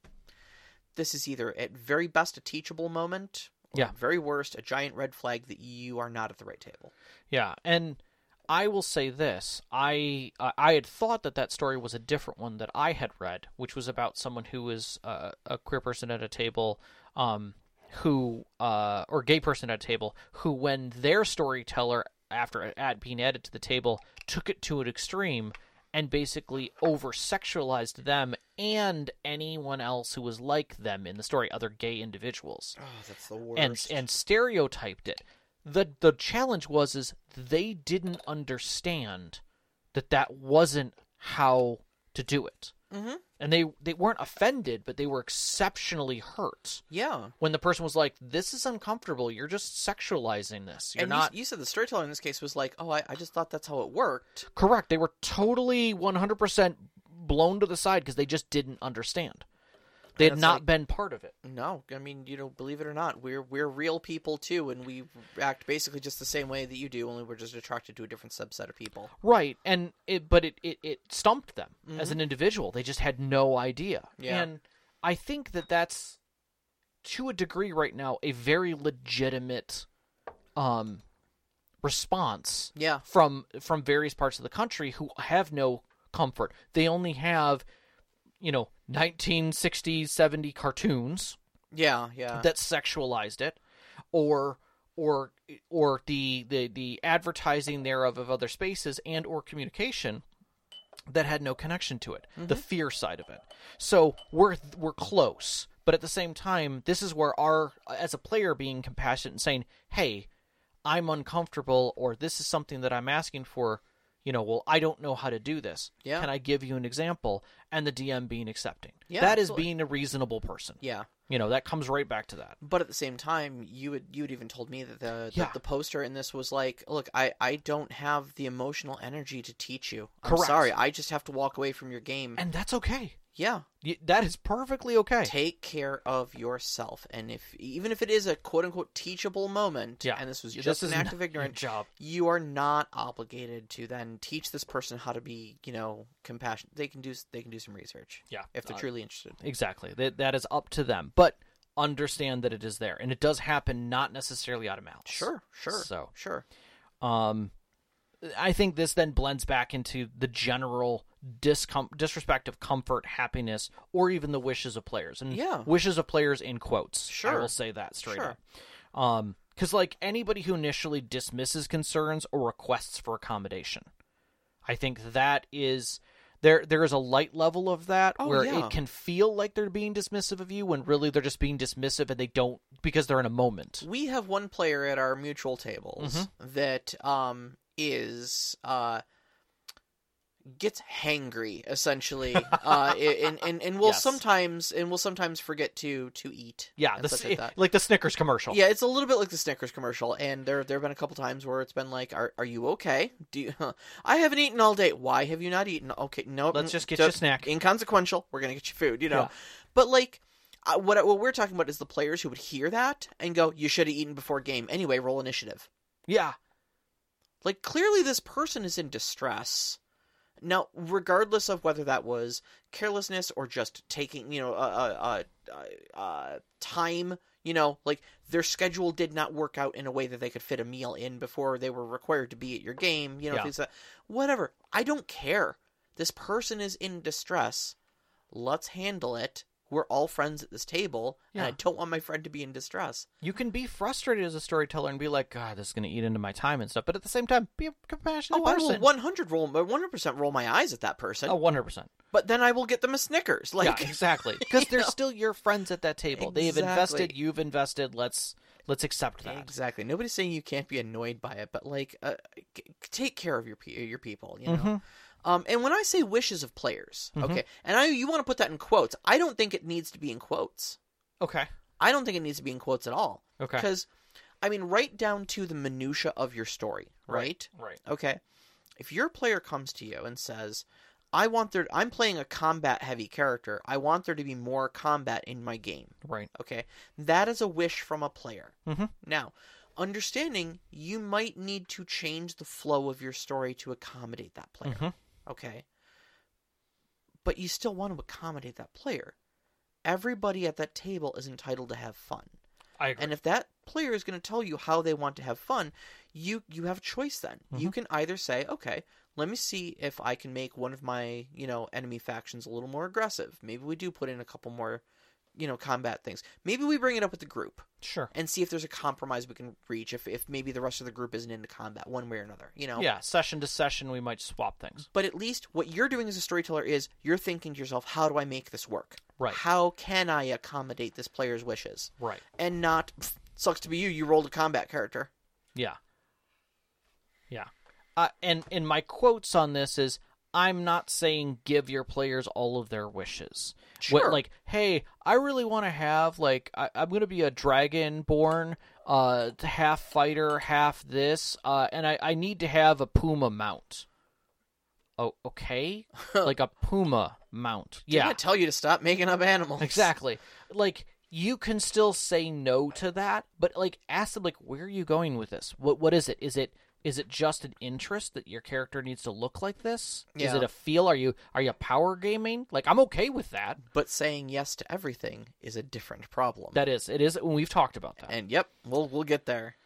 S1: this is either at very best a teachable moment, or
S2: Yeah.
S1: at very worst a giant red flag that you are not at the right table.
S2: yeah and i will say this i i I had thought that that story was a different one that i had read which was about someone who was uh, a queer person at a table um who uh or gay person at a table who when their storyteller after it had being added to the table took it to an extreme and basically over sexualized them and anyone else who was like them in the story other gay individuals
S1: Oh, that's the worst.
S2: and and stereotyped it. the The challenge was is they didn't understand that that wasn't how to do it,
S1: Mhm.
S2: and they they weren't offended, but they were exceptionally hurt
S1: yeah.
S2: when the person was like, "This is uncomfortable. You're just sexualizing this. You're
S1: and you-
S2: not."
S1: you, said the storyteller in this case was like, "Oh, I, I just thought that's how it worked."
S2: Correct. They were totally 100% blown to the side because they just didn't understand.
S1: And
S2: They had
S1: it's
S2: not
S1: like-
S2: been part of it.
S1: No, I mean, you know, believe it or not, we're we're real people too, and we act basically just the same way that you do, only we're just attracted to a different subset of people.
S2: Right, and it but it it, it stumped them as an individual. They just had no idea.
S1: Yeah.
S2: And I think that that's to a degree right now a very legitimate um response
S1: Yeah,
S2: from from various parts of the country who have no comfort. They only have you know 1960s 70 cartoons
S1: yeah, yeah.
S2: that sexualized it or or or the the the advertising thereof of other spaces and or communication that had no connection to it
S1: Mm-hmm.
S2: the fear side of it so we're we're close but at the same time this is where our as a player being compassionate and saying hey i'm uncomfortable or this is something that i'm asking for you know well i don't know how to do this
S1: Yeah.
S2: can i give you an example and the dm being accepting
S1: Yeah,
S2: that is
S1: absolutely.
S2: being a reasonable person
S1: yeah,
S2: you know that comes right back to that
S1: but at the same time, you would you had even told me that the
S2: Yeah.
S1: that the poster in this was like, look, I I don't have the emotional energy to teach you. I'm
S2: Correct.
S1: sorry, I just have to walk away from your game.
S2: and that's okay
S1: yeah,
S2: Y- that is perfectly okay
S1: take care of yourself, and if even if it is a quote unquote teachable moment,
S2: yeah
S1: and this was
S2: Y-
S1: just an act
S2: not
S1: of
S2: your
S1: ignorance,
S2: job
S1: you are not obligated to then teach this person how to be, you know, compassionate. They can do they can do some research
S2: yeah
S1: if they're
S2: Uh,
S1: truly interested.
S2: exactly that, that is up to them but understand that it is there and it does happen not necessarily out of malice
S1: Sure, sure,
S2: so
S1: sure.
S2: um i think this then blends back into the general discom- disrespect of comfort happiness or even the wishes of players and
S1: Yeah.
S2: wishes of players in quotes i
S1: Sure.
S2: will say that straight
S1: Sure.
S2: up um because like anybody who initially dismisses concerns or requests for accommodation i think that is there there is a light level of that
S1: Oh,
S2: where
S1: yeah.
S2: it can feel like they're being dismissive of you when really they're just being dismissive and they don't because they're in a moment.
S1: We have one player at our mutual tables
S2: Mm-hmm.
S1: that um is uh gets hangry
S2: [laughs]
S1: essentially uh i- and and, and will
S2: Yes.
S1: sometimes and will sometimes forget to to eat
S2: Yeah,
S1: and
S2: the,
S1: such
S2: s- eh,
S1: like that.
S2: like the Snickers commercial.
S1: Yeah, it's a little bit like the Snickers commercial, and there there have been a couple times where it's been like, "Are are you okay? Do you, [laughs] I haven't eaten all day? Why have you not eaten? Okay, no,
S2: Let's just get
S1: you
S2: you a snack.
S1: Inconsequential. We're gonna get you food, you know.
S2: Yeah.
S1: But like, I, what I- what we're talking about is the players who would hear that and go, "You should have eaten before game." Anyway, roll initiative.
S2: Yeah.
S1: Like clearly, this person is in distress. Now, regardless of whether that was carelessness or just taking, you know, uh, uh, uh, uh, time, you know, like their schedule did not work out in a way that they could fit a meal in before they were required to be at your game, you know,
S2: Yeah.
S1: things like that. Whatever. I don't care. This person is in distress. Let's handle it. We're all friends at this table, and
S2: Yeah.
S1: I don't want my friend to be in distress.
S2: You can be frustrated as a storyteller and be like, God, this is going to eat into my time and stuff. But at the same time, be a compassionate
S1: Oh, I
S2: person.
S1: will 100 roll, 100% roll my eyes at that person.
S2: Oh, 100%.
S1: but then I will get them a Snickers.
S2: [laughs]
S1: Like,
S2: yeah, exactly. Because they're still your friends at that table. They've invested,
S1: Exactly.
S2: you've invested. Let's let's accept that.
S1: exactly. Nobody's saying you can't be annoyed by it, but like, uh, c- take care of your pe- your people. You know.
S2: Mm-hmm.
S1: Um, and when I say wishes of players, okay, and I you want to put that in quotes. I don't think it needs to be in quotes.
S2: Okay.
S1: I don't think it needs to be in quotes at all.
S2: Okay.
S1: Because, I mean, right down to the minutia of your story, right?
S2: Right.
S1: Okay. If your player comes to you and says, "I want there," I'm playing a combat heavy character. I want there to be more combat in my game.
S2: Right.
S1: Okay, that is a wish from a player.
S2: Mhm.
S1: Now, understanding you might need to change the flow of your story to accommodate that player.
S2: Mhm.
S1: Okay, but you still want to accommodate that player. Everybody at that table is entitled to have fun,
S2: I agree.
S1: and if that player is going to tell you how they want to have fun, you you have a choice. Then
S2: Mm-hmm.
S1: you can either say, okay. Let me see if I can make one of my, you know, enemy factions a little more aggressive. Maybe we do put in a couple more you know, combat things. Maybe we bring it up with the group
S2: sure.
S1: and see if there's a compromise we can reach if, if maybe the rest of the group isn't into combat one way or another, you know?
S2: Yeah, session to session, we might swap things.
S1: But at least what you're doing as a storyteller is you're thinking to yourself, how do I make this work?
S2: Right.
S1: How can I accommodate this player's wishes?
S2: Right.
S1: And not, "Pff, sucks to be you, you rolled a combat character.
S2: Yeah. Yeah. Uh, and and my quotes on this is I'm not saying give your players all of their wishes. What-
S1: Sure.
S2: like, hey, I really want to have like I, I'm gonna be a dragonborn, uh, half fighter, half this, uh, and I I need to have a puma mount. Oh, [laughs] okay, like a puma mount.
S1: I'm
S2: Yeah,
S1: going to tell you to stop making up animals.
S2: Exactly. Like you can still say no to that, but like ask them like where are you going with this? What what is it? Is it is it just an interest that your character needs to look like this? Is
S1: Yeah.
S2: it a feel? Are you are you power gaming? Like I'm okay with that.
S1: But saying yes to everything is a different problem.
S2: That is it is when we've talked about that.
S1: and yep, we'll we'll get there.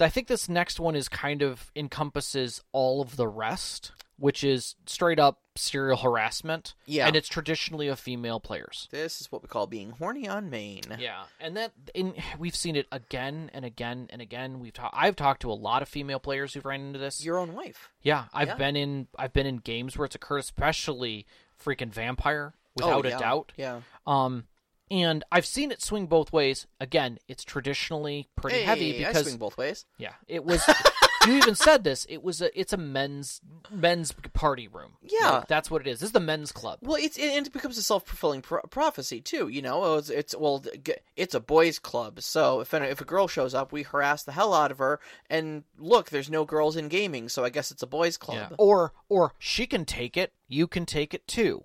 S2: I think this next one is kind of encompasses all of the rest, which is straight up serial harassment.
S1: Yeah.
S2: And it's traditionally of female players.
S1: This is what we call being horny on main.
S2: Yeah, and that in we've seen it again and again and again. We've ta- I've talked to a lot of female players who've ran into this.
S1: Your own wife.
S2: yeah, I've
S1: yeah.
S2: been in I've been in games where it's occurred, especially freaking vampire, without
S1: Oh, yeah.
S2: a doubt.
S1: Yeah.
S2: Um, and I've seen it swing both ways. Again, it's traditionally pretty heavy
S1: Hey, I
S2: because
S1: swing both ways.
S2: yeah, it was. [laughs] you even said this. It was a it's a men's men's party room.
S1: Yeah.
S2: Like, that's what it is. This is the men's club.
S1: Well, it's it, and it becomes a self fulfilling pro- prophecy too. You know, Oh, it's, it's well, g- it's a boys' club, so if an, if a girl shows up, we harass the hell out of her. And look, there's no girls in gaming, so I guess it's a boys'
S2: Yeah.
S1: club.
S2: Or or she can take it. You can take it too.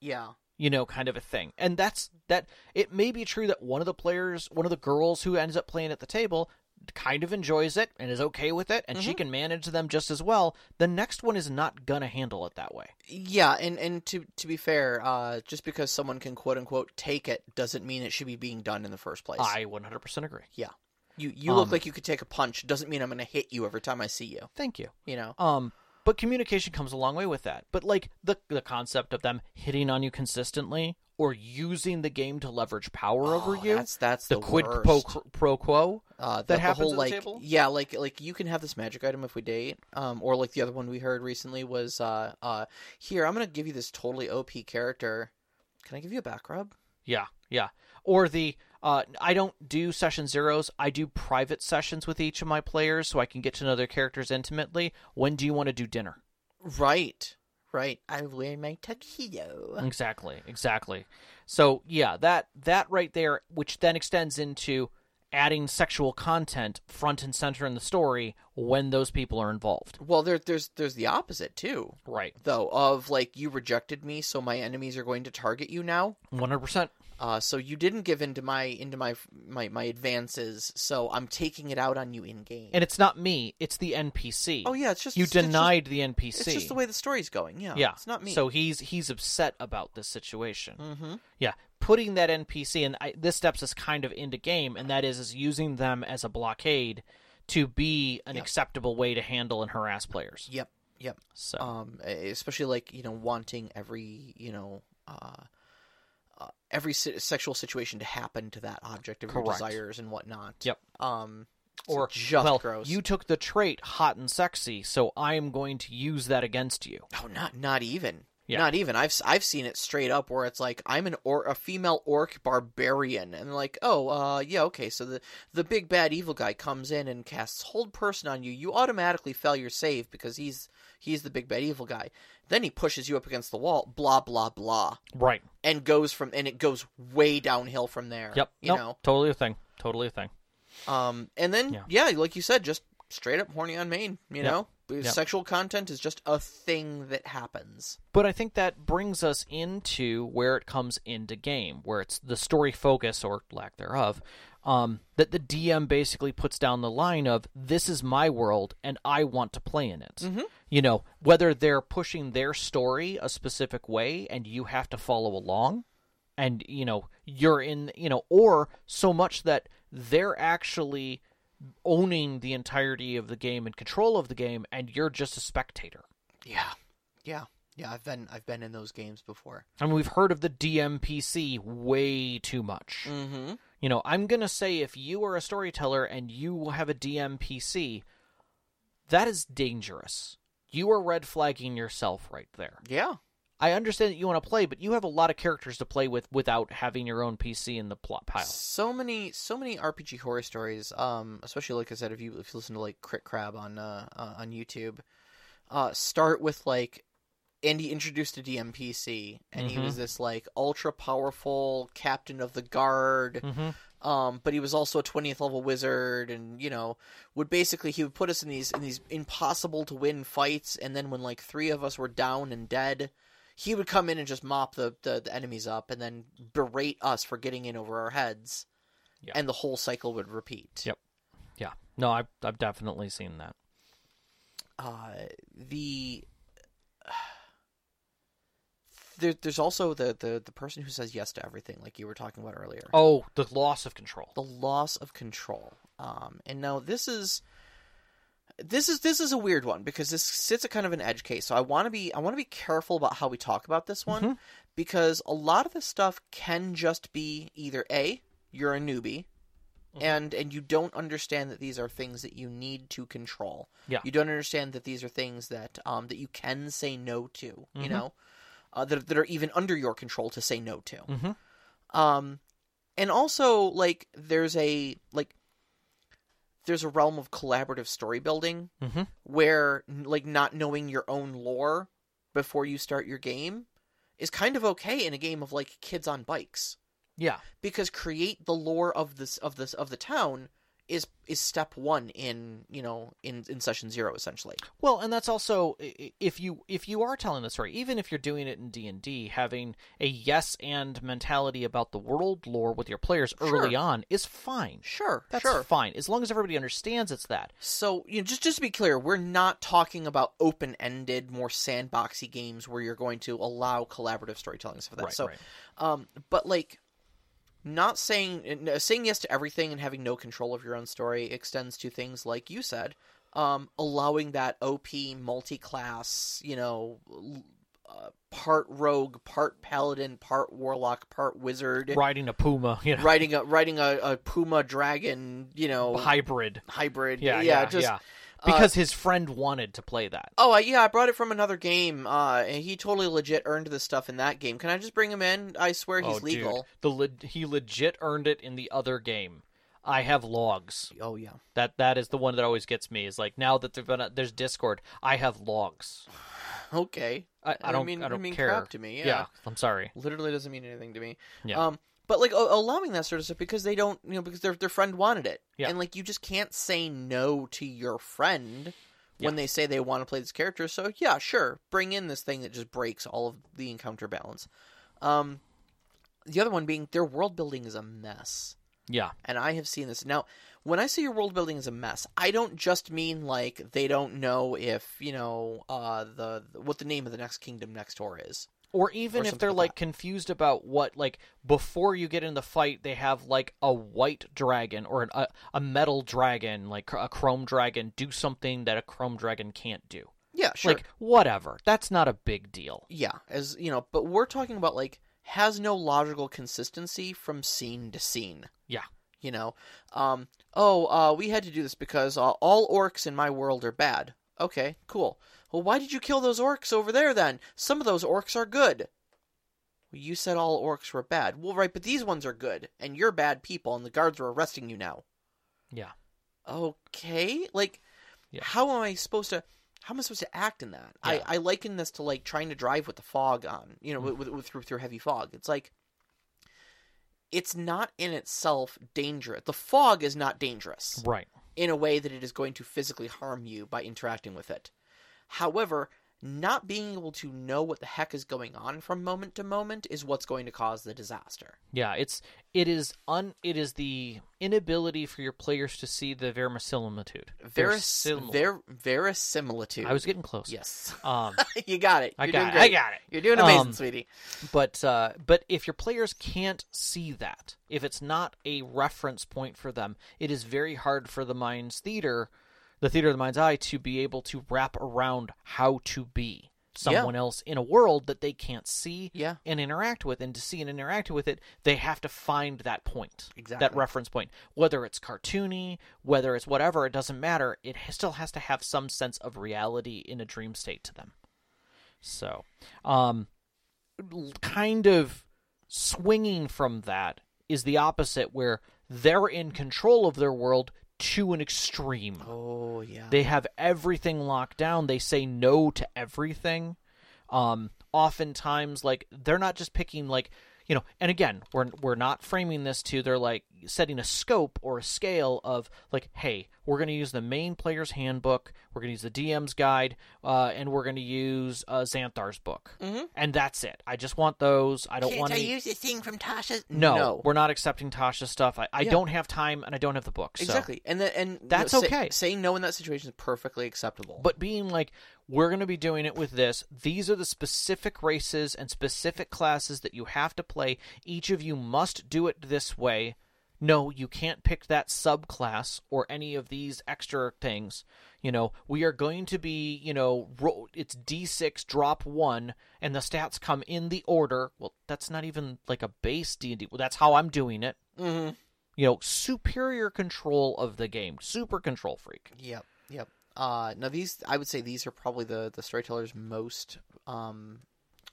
S1: Yeah.
S2: you know, kind of a thing. And that's that it may be true that one of the players, one of the girls who ends up playing at the table kind of enjoys it and is okay with it and she
S1: Mm-hmm.
S2: can manage them just as well. The next one is not going to handle it that way.
S1: Yeah, and, and to to be fair, uh, just because someone can quote unquote take it doesn't mean it should be being done in the first place.
S2: I Um. 100% agree.
S1: Yeah, you you look like you could take a punch. Doesn't mean I'm going to hit you every time I see you.
S2: Thank you.
S1: You know,
S2: Um but communication comes a long way with that. But like the the concept of them hitting on you consistently or using the game to leverage power over
S1: Oh,
S2: you.
S1: That's that's
S2: the,
S1: the
S2: quid
S1: worst.
S2: pro, pro quo.
S1: Uh,
S2: That
S1: the, the
S2: happens
S1: whole
S2: at the
S1: like
S2: table?
S1: yeah, like like you can have this magic item if we date, um, or like the other one we heard recently was uh, uh, here I'm gonna give you this totally OP character. Can I give you a back rub?
S2: Yeah, yeah. Or the uh, I don't do session zeros. I do private sessions with each of my players so I can get to know their characters intimately. When do you want to do dinner?
S1: Right, right. I'll wear my tuxedo.
S2: Exactly, exactly. So yeah, that that right there, which then extends into adding sexual content front and center in the story when those people are involved.
S1: Well, there, there's there's the opposite too,
S2: Right,
S1: though. Of like you rejected me, so my enemies are going to target you now.
S2: one hundred percent.
S1: Uh, so you didn't give into my into my my my advances. So I'm taking it out on you in game.
S2: And it's not me; it's the NPC.
S1: oh yeah, it's just
S2: you
S1: it's just-
S2: denied the NPC.
S1: It's just the way the story's going. Yeah,
S2: yeah,
S1: It's not me.
S2: So he's he's upset about this situation.
S1: Mm-hmm.
S2: Yeah, putting that NPC and I, this steps us kind of into game, and that is is using them as a blockade to be an
S1: Yeah.
S2: acceptable way to handle and harass players.
S1: Yep, yep.
S2: So
S1: Um, especially like you know wanting every you know uh, uh every se- sexual situation to happen to that object of your
S2: Correct.
S1: desires and whatnot.
S2: Yep.
S1: Um, it's
S2: or
S1: just
S2: well,
S1: gross.
S2: you took the trait hot and sexy, so I am going to use that against you.
S1: No, not not even.
S2: Yeah.
S1: Not even. I've s- I've seen it straight up where it's like I'm an or a female orc barbarian and like oh uh yeah okay so the the big bad evil guy comes in and casts hold person on you you automatically fail your save because he's he's the big bad evil guy then he pushes you up against the wall blah blah blah
S2: Right.
S1: and goes from and it goes way downhill from there
S2: Yep.
S1: you
S2: Nope.
S1: know
S2: Totally a thing. Totally a thing.
S1: um and then
S2: Yeah.
S1: yeah. like you said just straight up horny on main you
S2: Yep.
S1: know
S2: Yep.
S1: sexual content is just a thing that happens
S2: But I think that brings us into where it comes into game, where it's the story focus or lack thereof. Um, that the DM basically puts down the line of this is my world and I want to play in it. You know, whether they're pushing their story a specific way and you have to follow along, and you know you're in, you know, or so much that they're actually owning the entirety of the game and control of the game, and you're just a spectator.
S1: Yeah, yeah, yeah. I've been I've been in those games before.
S2: I mean, we've heard of the DMPC way too much.
S1: Mm-hmm.
S2: You know, I'm going to say if you are a storyteller and you have a DMPC, that is dangerous. You are red flagging yourself right there.
S1: Yeah,
S2: I understand that you want to play, but you have a lot of characters to play with without having your own PC in the plot pile.
S1: so many so many RPG horror stories. Um, especially like I said, if you if you listen to like Crit Crab on uh, uh on YouTube, uh, start with like. Andy introduced a DMPC, and he
S2: Mhm.
S1: was this like ultra powerful captain of the guard,
S2: Mm-hmm.
S1: um, but he was also a 20th level wizard and you know would basically he would put us in these in these impossible to win fights and then when like three of us were down and dead he would come in and just mop the the, the enemies up and then berate us for getting in over our heads
S2: Yeah.
S1: and the whole cycle would repeat
S2: Yep. Yeah. No, I've, I've definitely seen that.
S1: uh, the [sighs] there, there's also the, the the person who says yes to everything like you were talking about earlier
S2: Oh, the loss of control.
S1: the loss of control. Um, and now this is this is this is a weird one because this sits a kind of an edge case. So I want to be I want to be careful about how we talk about this
S2: Mm-hmm.
S1: one because a lot of this stuff can just be either a you're a newbie
S2: Mm-hmm.
S1: and and you don't understand that these are things that you need to control.
S2: Yeah.
S1: You don't understand that these are things that um that you can say no to. You
S2: Mhm.
S1: know. Uh, that, that are even under your control to say no to.
S2: Mm-hmm.
S1: Um, and also like there's a like there's a realm of collaborative story building
S2: Mm-hmm.
S1: where n- like not knowing your own lore before you start your game is kind of okay in a game of like kids on bikes
S2: Yeah.
S1: because create the lore of this of this of the town is is step one in you know in in session zero essentially
S2: Well, and that's also i- i- if you if you are telling the story, even if you're doing it in D and D, having a yes and mentality about the world lore with your players early
S1: Sure.
S2: on is fine.
S1: sure
S2: That's
S1: sure
S2: fine as long as everybody understands it's that.
S1: So, you know, just just to be clear, we're not talking about open-ended, more sandboxy games where you're going to allow collaborative storytelling and stuff like that.
S2: Right,
S1: so,
S2: right.
S1: um, but like, not saying uh, saying yes to everything and having no control of your own story extends to things like you said, um, allowing that OP multi-class, you know, l- uh, part rogue, part paladin, part warlock, part wizard,
S2: riding a puma, you know,
S1: riding a riding a, a puma dragon, you know,
S2: hybrid.
S1: hybrid.
S2: Yeah, yeah,
S1: yeah, just uh,
S2: yeah. Because his friend wanted to play that.
S1: Oh uh, yeah, I brought it from another game. Uh, and he totally legit earned this stuff in that game. Can I just bring him in? I swear he's
S2: Oh, dude.
S1: legal.
S2: The le- he legit earned it in the other game. I have logs.
S1: Oh yeah. [laughs]
S2: That that is the one that always gets me. Is like now that there's been a, there's Discord, I have logs.
S1: Okay.
S2: I, I
S1: I
S2: don't
S1: mean-
S2: I
S1: you
S2: don't
S1: mean
S2: care.
S1: crap to me, yeah.
S2: I'm sorry.
S1: Literally doesn't mean anything to me.
S2: Yeah.
S1: Um, but like a- allowing that sort of stuff because they don't, you know, because their their friend wanted it,
S2: Yeah.
S1: and like you just can't say no to your friend when they say they want to play this character. So yeah, sure, bring in this thing that just breaks all of the encounter balance. Um, the other one being their world building is a mess.
S2: Yeah.
S1: and I have seen this. Now, when I say your world building is a mess, I don't just mean like they don't know if you know uh, the what the name of the next kingdom next door is.
S2: Or even if
S1: something
S2: they're
S1: like
S2: like confused about what like before you get in the fight, they have like a white dragon or an, a a metal dragon, like a chrome dragon, do something that a chrome dragon can't do.
S1: Yeah, sure.
S2: Like whatever. That's not a big deal.
S1: yeah, as you know, but we're talking about like has no logical consistency from scene to scene.
S2: Yeah.
S1: You know, um, oh, uh, we had to do this because uh, all orcs in my world are bad. Okay, cool. Well, why did you kill those orcs over there then? Some of those orcs are good. Well, you said all orcs were bad. Well, right, but these ones are good, and you're bad people, and the guards are arresting you now.
S2: Yeah.
S1: Okay, like,
S2: Yeah.
S1: how am I supposed to? How am I supposed to act in that?
S2: Yeah. Mm.
S1: I, I liken this to like trying to drive with the fog on, you know, with, with, with through, through heavy fog. It's like it's not in itself dangerous. The fog is not dangerous
S2: Right.
S1: in a way that it is going to physically harm you by interacting with it. However, not being able to know what the heck is going on from moment to moment is what's going to cause the disaster.
S2: Yeah, it's it is un it is the inability for your players to see the verisimilitude.
S1: Veris-
S2: Verisimil-
S1: ver- verisimilitude.
S2: I was getting close.
S1: yes, [laughs]
S2: [laughs] Um,
S1: you got it.
S2: I
S1: You're
S2: got
S1: doing
S2: it. I
S1: great.
S2: got it.
S1: You're doing amazing,
S2: Um,
S1: sweetie.
S2: But uh, but if your players can't see that, if it's not a reference point for them, it is very hard for the mind's theater, the theater of the mind's eye, to be able to wrap around how to be someone else in a world that they can't see
S1: Yeah.
S2: and interact with. And to see and interact with it, they have to find that point,
S1: Exactly.
S2: that reference point. Whether it's cartoony, whether it's whatever, it doesn't matter. It still has to have some sense of reality in a dream state to them. So, um, l- kind of swinging from that is the opposite, where they're in control of their world to an extreme.
S1: Oh yeah.
S2: They have everything locked down. They say no to everything. Um, oftentimes, like they're not just picking like you know. And again, we're we're not framing this to they're like setting a scope or a scale of like, hey, we're going to use the main player's handbook. We're going to use the DM's guide, uh, and we're going to use uh, Xanthar's book,
S1: Mm-hmm.
S2: and that's it. I just want those. I don't want to.
S1: the thing from Tasha's?
S2: no, we're not accepting Tasha's stuff. I, I
S1: Yeah.
S2: don't have time, and I don't have the book. So.
S1: exactly. And then and
S2: That's
S1: say-
S2: okay.
S1: Saying no in that situation is perfectly acceptable.
S2: but being like we're going to be doing it with this these are the specific races and specific classes that you have to play each of you must do it this way no you can't pick that subclass or any of these extra things you know we are going to be you know ro- it's d6 drop 1 and the stats come in the order well that's not even like a base d&d well that's how i'm doing it
S1: mm-hmm.
S2: you know superior control of the game super control freak
S1: Yep, yep. Uh, now these, I would say, these are probably the the storytellers most um,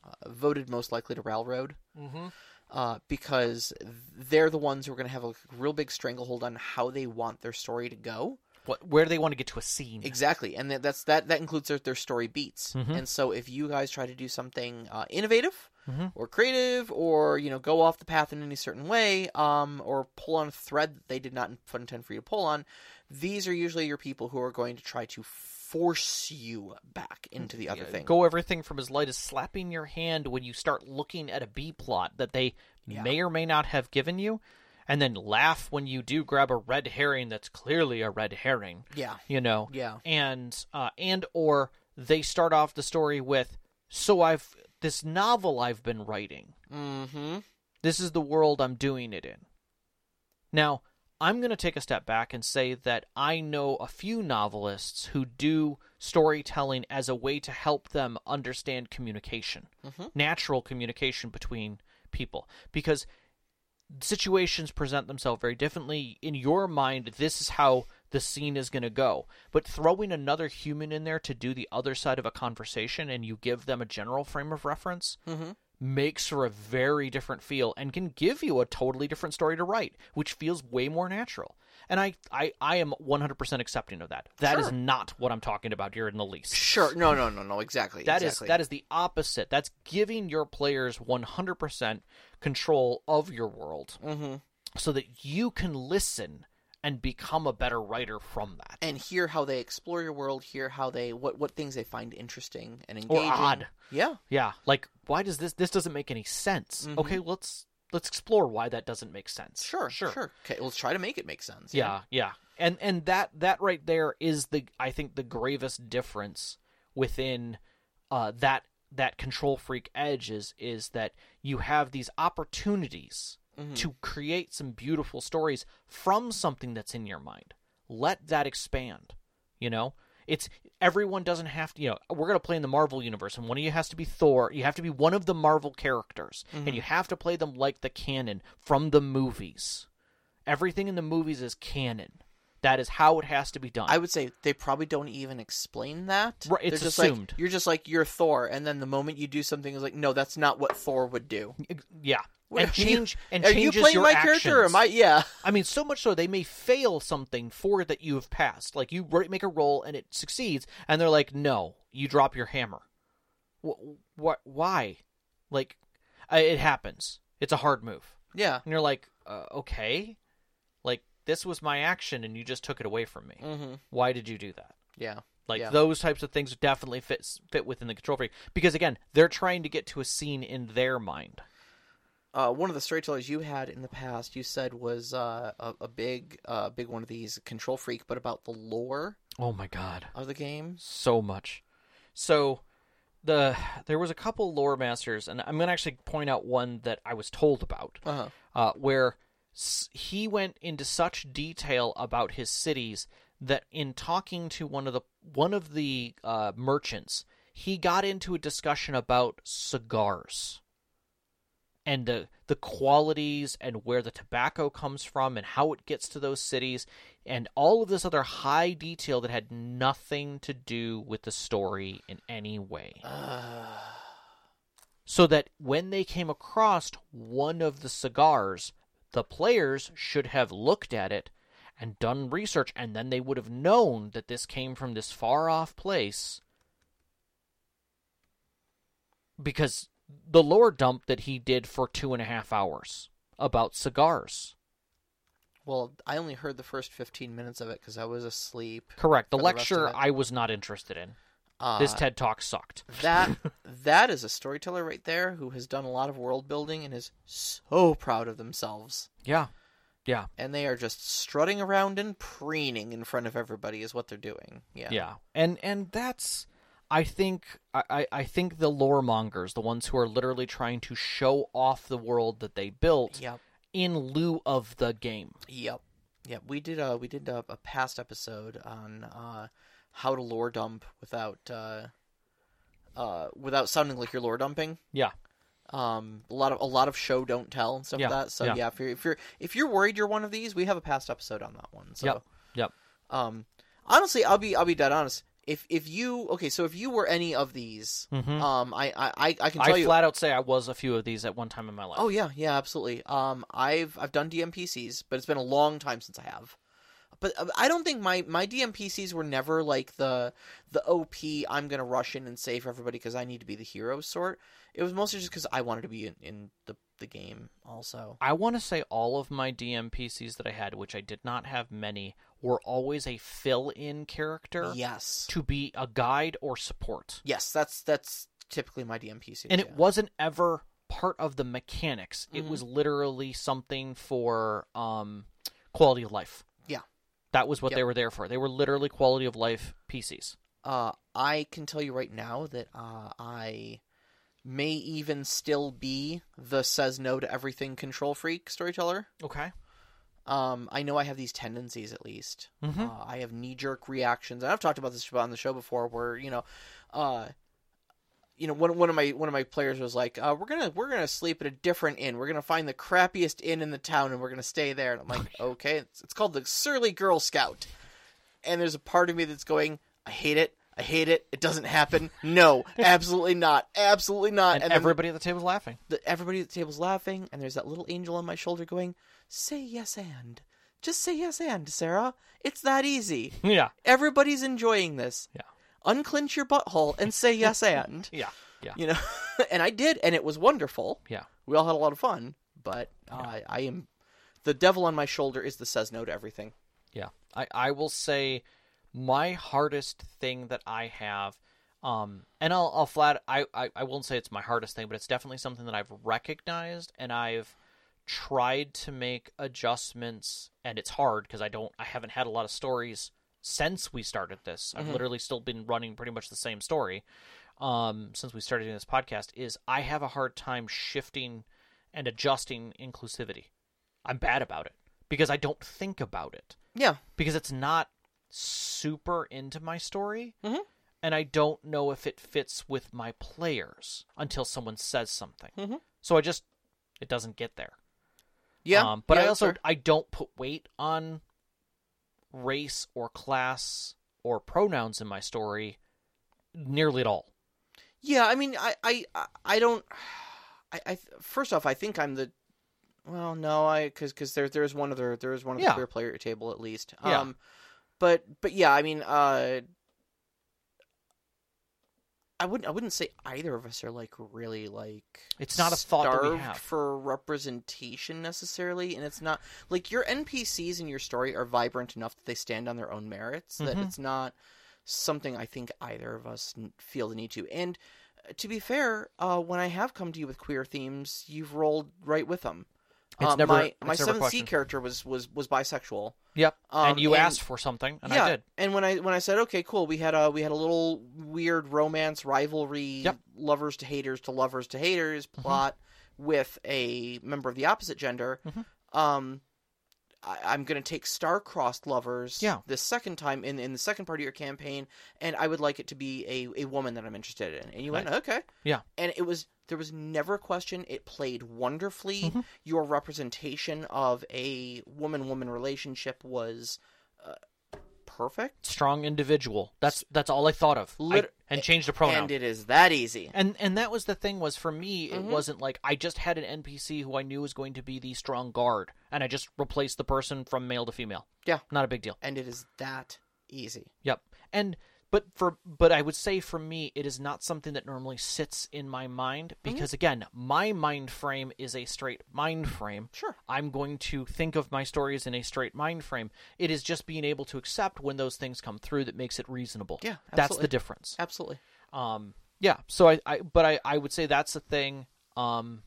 S1: uh, voted most likely to railroad
S2: mm-hmm.
S1: uh, because they're the ones who are going to have a real big stranglehold on how they want their story to go.
S2: what, where do they want to get to a scene
S1: Exactly, and that, that's that. That includes their, their story beats.
S2: Mhm.
S1: And so, if you guys try to do something uh, innovative
S2: Mhm.
S1: or creative, or you know, go off the path in any certain way, um, or pull on a thread that they did not intend for you to pull on, these are usually your people who are going to try to force you back into the other thing.
S2: go everything from as light as slapping your hand when you start looking at a B plot that they may or may not have given you, and then laugh when you do grab a red herring that's clearly a red herring.
S1: Yeah,
S2: You know,
S1: yeah,
S2: and uh, and or they start off the story with, "So I've this novel I've been writing.
S1: mm-hmm.
S2: This is the world I'm doing it in." Now I'm going to take a step back and say that I know a few novelists who do storytelling as a way to help them understand communication,
S1: Mm-hmm.
S2: natural communication between people, because situations present themselves very differently. In your mind, this is how the scene is going to go. But throwing another human in there to do the other side of a conversation and you give them a general frame of reference
S1: Mm-hmm.
S2: makes for a very different feel and can give you a totally different story to write, which feels way more natural. And I, I, I am 100% accepting of that. That is
S1: Sure.
S2: not what I'm talking about here in the least.
S1: Sure. No, no, no, no. Exactly.
S2: That is
S1: exactly.
S2: that is the opposite. That's giving your players 100% control of your world
S1: Mm-hmm.
S2: so that you can listen and become a better writer from that.
S1: And hear how they explore your world. Hear how they what what things they find interesting and
S2: Or
S1: engaging.
S2: odd.
S1: Yeah.
S2: Yeah, like why does this this doesn't make any sense?
S1: Mhm.
S2: Okay, let's let's explore why that doesn't make sense.
S1: Sure. Sure. Sure. Okay. Let's try to make it make sense.
S2: Yeah, yeah. And and that that right there is the I think the gravest difference within uh that that control freak edge is is that you have these opportunities
S1: Mhm.
S2: to create some beautiful stories from something that's in your mind. Let that expand, you know? It's everyone doesn't have to, you know, we're going to play in the Marvel universe and one of you has to be Thor, you have to be one of the Marvel characters
S1: Mm-hmm.
S2: and you have to play them like the canon from the movies. Everything in the movies is canon. That is how it has to be done.
S1: I would say they probably don't even explain that.
S2: Right, it's
S1: They're just
S2: assumed.
S1: Like, you're just like you're Thor, and then the moment you do something, is like, no, that's not what Thor would do.
S2: yeah.
S1: What
S2: and
S1: are you-
S2: change and
S1: Are you
S2: changes
S1: playing
S2: your
S1: my
S2: actions.
S1: character? Or am I? Yeah.
S2: I mean, so much so they may fail something for that you have passed. Like you ro- make a roll and it succeeds, and they're like, "No, you drop your hammer." What? What? Why? Like, I- it happens. It's a hard move,
S1: Yeah.
S2: and you're like, uh, "Okay, like this was my action, and you just took it away from me.
S1: Mm-hmm.
S2: Why did you do that?"
S1: Yeah.
S2: Like
S1: Yeah.
S2: those types of things definitely fits fit within the control freak because again, they're trying to get to a scene in their mind.
S1: uh, one of the storytellers you had in the past, you said was uh, a, a big, uh, big one of these control freak, but about the lore
S2: Oh my god.
S1: of the game.
S2: so much. So the there was a couple lore masters, and I'm gonna actually point out one that I was told about,
S1: Uh huh.
S2: uh, where s- he went into such detail about his cities that in talking to one of the one of the uh, merchants, he got into a discussion about cigars and the the qualities and where the tobacco comes from and how it gets to those cities and all of this other high detail that had nothing to do with the story in any way
S1: Uh,
S2: so that when they came across one of the cigars the players should have looked at it and done research and then they would have known that this came from this far off place because the lore dump that he did for two and a half hours about cigars.
S1: Well, I only heard the first fifteen minutes of it because I was asleep.
S2: Correct. The
S1: For the rest of
S2: lecture
S1: it.
S2: I was not interested in.
S1: Uh,
S2: this TED Talk sucked. [laughs]
S1: that that is a storyteller right there who has done a lot of world building and is so proud of themselves.
S2: Yeah. Yeah.
S1: And they are just strutting around and preening in front of everybody is what they're doing. Yeah.
S2: yeah and and that's i think I- i i think the lore mongers the ones who are literally trying to show off the world that they built
S1: Yep.
S2: in lieu of the game
S1: Yep. Yep. We did uh we did a, a past episode on uh how to lore dump without uh uh without sounding like you're lore dumping.
S2: yeah
S1: Um a lot of a lot of show don't tell and stuff
S2: Yeah,
S1: like that. So
S2: yeah.
S1: yeah, if you're if you're if you're worried you're one of these, we have a past episode on that one. So
S2: yep yep
S1: um honestly I'll be I'll be dead honest. If if you okay, so if you were any of these, um I, I, I I can tell
S2: Mm-hmm. i
S1: you
S2: flat out say i was a few of these at one time in my life
S1: Oh yeah, yeah, absolutely. Um, I've I've done DMPCs, but it's been a long time since I have. But uh, I don't think my my DMPCs were never like the the OP. I'm gonna rush in and save everybody because I need to be the hero sort. It was mostly just because I wanted to be in, in the the game. Also,
S2: I want to say all of my DM PCs that I had, which I did not have many, were always a fill-in character
S1: yes,
S2: to be a guide or support.
S1: yes, that's that's typically my DMPC.
S2: and it wasn't ever part of the mechanics it was literally something for um quality of life
S1: Yeah.
S2: that was what
S1: Yep.
S2: they were there for they were literally quality of life pcs
S1: Uh, I can tell you right now that uh, I may even still be the says no to everything control freak storyteller.
S2: okay
S1: um, I know I have these tendencies at least.
S2: Mhm.
S1: Uh, I have knee jerk reactions, and I've talked about this on the show before, where you know, uh, you know, one one of my one of my players was like, uh, "We're gonna we're gonna sleep at a different inn. We're gonna find the crappiest inn in the town, and we're gonna stay there." And I'm like, "Okay, it's, it's called the Surly Girl Scout," and there's a part of me that's going, "I hate it." I hate it. It doesn't happen. No, absolutely not. Absolutely not.
S2: and,
S1: then the-
S2: everybody at the table's laughing.
S1: the, everybody at the table's laughing, and there's that little angel on my shoulder going, "Say yes and." Just say yes and, Sarah. It's that easy.
S2: Yeah,
S1: Everybody's enjoying this.
S2: Yeah.
S1: Unclench your butthole and say
S2: [laughs]
S1: yes and.
S2: yeah, yeah,
S1: You know, [laughs] and I did, and it was wonderful.
S2: yeah.
S1: We all had a lot of fun, but uh, I am the devil on my shoulder is the says no to everything.
S2: Yeah. I, I will say my hardest thing that I have, um, and I'll, I'll flat, I, I, I won't say it's my hardest thing, but it's definitely something that I've recognized and I've tried to make adjustments. And it's hard because I don't, I haven't had a lot of stories since we started this. I've literally still been running pretty much the same story um, since we started doing this podcast is I have a hard time shifting and adjusting inclusivity. I'm bad about it because I don't think about it
S1: Yeah.
S2: because it's not super into my story
S1: Mhm.
S2: and i don't know if it fits with my players until someone says something
S1: Mm-hmm.
S2: so i just it doesn't get there
S1: Yeah.
S2: um, but
S1: Yeah,
S2: i
S1: that's
S2: also
S1: fair.
S2: i don't put weight on race or class or pronouns in my story nearly at all
S1: Yeah, I mean, I, I, I- I don't. I, I, first off, I think I'm the. Well, no, I because because there there is one other there is one other
S2: Yeah.
S1: clear player at your table at least.
S2: Yeah.
S1: Um, but but yeah, I mean, uh, I wouldn't I wouldn't say either of us are like really like
S2: It's not a thought that we
S1: starved
S2: have.
S1: for representation necessarily, and it's not like your NPCs in your story are vibrant enough that they stand on their own merits. That
S2: Mhm.
S1: it's not something I think either of us n- feel the need to. And uh, to be fair, uh, when I have come to you with queer themes, you've rolled right with them.
S2: It's
S1: Uh,
S2: never-
S1: my
S2: it's
S1: my
S2: never
S1: seventh C
S2: questioned.
S1: character was was was bisexual.
S2: yep
S1: Um,
S2: and you
S1: and-
S2: asked for something and
S1: yeah,
S2: i did
S1: and when I when I said okay, cool, we had a we had a little weird romance rivalry,
S2: Yep. Mm-hmm.
S1: lovers to haters to lovers to haters plot with a member of the opposite gender.
S2: Mm-hmm.
S1: Um, I, I'm going to take star-crossed lovers
S2: Yeah.
S1: this second time in in the second part of your campaign, and I would like it to be a a woman that I'm interested in. And you went okay,
S2: Yeah.
S1: and it was there was never a question. It played wonderfully.
S2: Mm-hmm.
S1: Your representation of a woman-woman relationship was. Uh, perfect
S2: strong individual that's that's all i thought of I-
S1: Lit-
S2: and change the pronoun
S1: and it is that easy.
S2: And and that was the thing was for me
S1: Mm-hmm.
S2: it wasn't like I just had an NPC who I knew was going to be the strong guard and I just replaced the person from male to female.
S1: Yeah.
S2: Not a big deal.
S1: And it is that easy.
S2: Yep. And but for but I would say for me it is not something that normally sits in my mind
S1: Mm-hmm.
S2: because again, my mind frame is a straight mind frame.
S1: Sure.
S2: I'm going to think of my stories in a straight mind frame. It is just being able to accept when those things come through that makes it reasonable.
S1: Yeah,
S2: That's
S1: absolutely.
S2: the difference.
S1: Absolutely.
S2: Um, yeah. So I, I but I, I would say that's the thing. Um,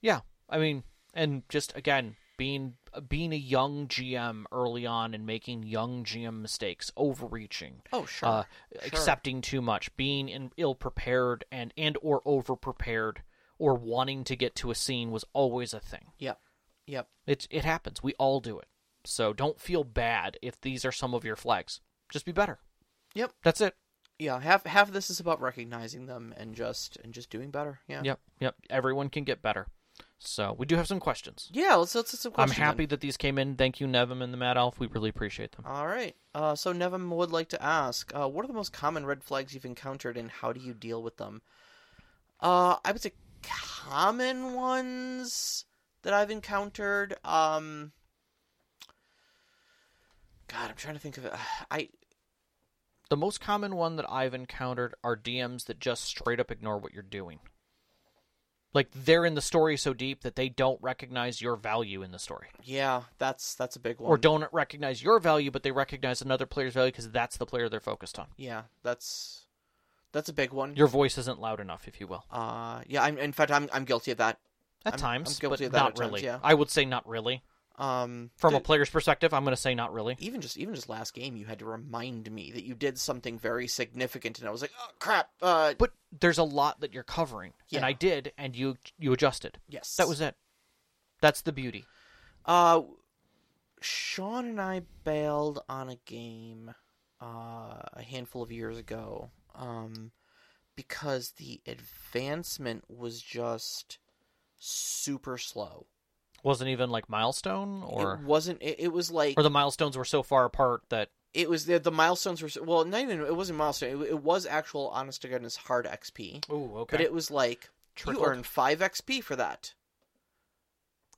S2: yeah. I mean, and just again, being being a young GM early on and making young GM mistakes, overreaching,
S1: Oh, sure.
S2: uh, accepting too much, being in, ill prepared and and or over prepared or wanting to get to a scene was always a thing.
S1: Yep. Yep.
S2: It it happens. We all do it. So don't feel bad if these are some of your flags. Just be better.
S1: Yep.
S2: That's it.
S1: Yeah. Half half of this is about recognizing them and just and just doing better. Yeah.
S2: Yep, yep. Everyone can get better. So we do have some questions.
S1: Yeah. Let's let's, let's some
S2: I'm
S1: questions
S2: happy that these came in. Thank you, Nevin and the Mad Elf. We really appreciate them.
S1: then. All right. Uh, so Nevin would like to ask, uh, what are the most common red flags you've encountered, and how do you deal with them? Uh, I would say common ones that I've encountered. Um, God, I'm trying to think of it. [sighs] I
S2: The most common one that I've encountered are DMs that just straight up ignore what you're doing. Like they're in the story so deep that they don't recognize your value in the story,
S1: yeah, that's that's a big one.
S2: or don't recognize your value, but they recognize another player's value because that's the player they're focused on.
S1: Yeah, that's that's a big one.
S2: Your voice isn't loud enough, if you will,
S1: Uh, yeah. I'm in fact, I'm I'm guilty of that.
S2: at
S1: I'm-
S2: times,
S1: I'm guilty
S2: but
S1: of that
S2: not
S1: at times,
S2: really.
S1: yeah.
S2: I would say not really.
S1: Um,
S2: From a
S1: th-
S2: player's perspective, I'm going to say not really.
S1: even just even just last game, you had to remind me that you did something very significant, and I was like, oh crap. Uh,
S2: but there's a lot that you're covering
S1: Yeah.
S2: and i did and you you adjusted
S1: yes,
S2: that was it that's the beauty
S1: Uh, Sean and I bailed on a game uh, a handful of years ago um, because the advancement was just super slow.
S2: Wasn't even like milestone or
S1: it wasn't. It, it was like
S2: or the milestones were so far apart that
S1: it was the, the milestones were so- well, not even it wasn't milestone. It, it was actual honest to goodness hard XP,
S2: oh okay
S1: but it was like
S2: Trickled.
S1: you earn five XP for that.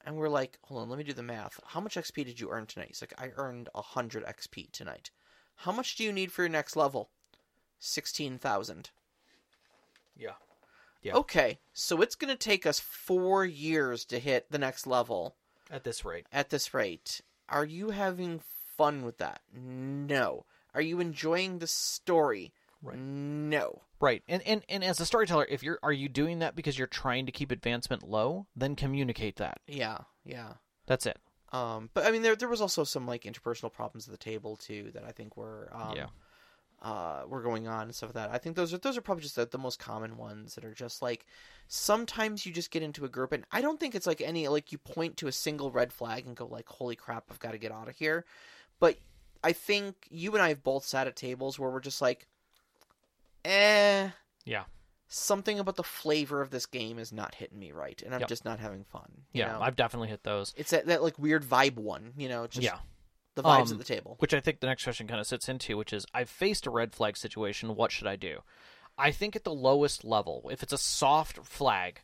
S1: And we're like, hold on, let me do the math. How much XP did you earn tonight? He's like, I earned hundred XP tonight. How much do you need for your next level? Sixteen thousand.
S2: yeah Yeah.
S1: Okay, so it's gonna take us four years to hit the next level
S2: at this rate
S1: at this rate. Are you having fun with that? No. Are you enjoying the story?
S2: Right.
S1: No.
S2: right and and and as a storyteller if you're are you doing that because you're trying to keep advancement low then communicate that
S1: Yeah, yeah.
S2: that's it
S1: Um, but I mean, there there was also some like interpersonal problems at the table too that I think were um,
S2: Yeah.
S1: uh, were going on and stuff like that. I think those are those are probably just the, the most common ones that are just like sometimes you just get into a group and I don't think it's like any like you point to a single red flag and go like holy crap I've got to get out of here, but I think you and I have both sat at tables where we're just like, eh,
S2: Yeah.
S1: something about the flavor of this game is not hitting me right, and I'm
S2: Yep.
S1: just not having fun. you
S2: yeah
S1: know?
S2: i've definitely hit those
S1: It's that, that like weird vibe one, you know, just
S2: yeah
S1: the vibes
S2: Um,
S1: at the table.
S2: which I think the next question kind of sits into, which is I've faced a red flag situation. What should I do? I think at the lowest level, if it's a soft flag,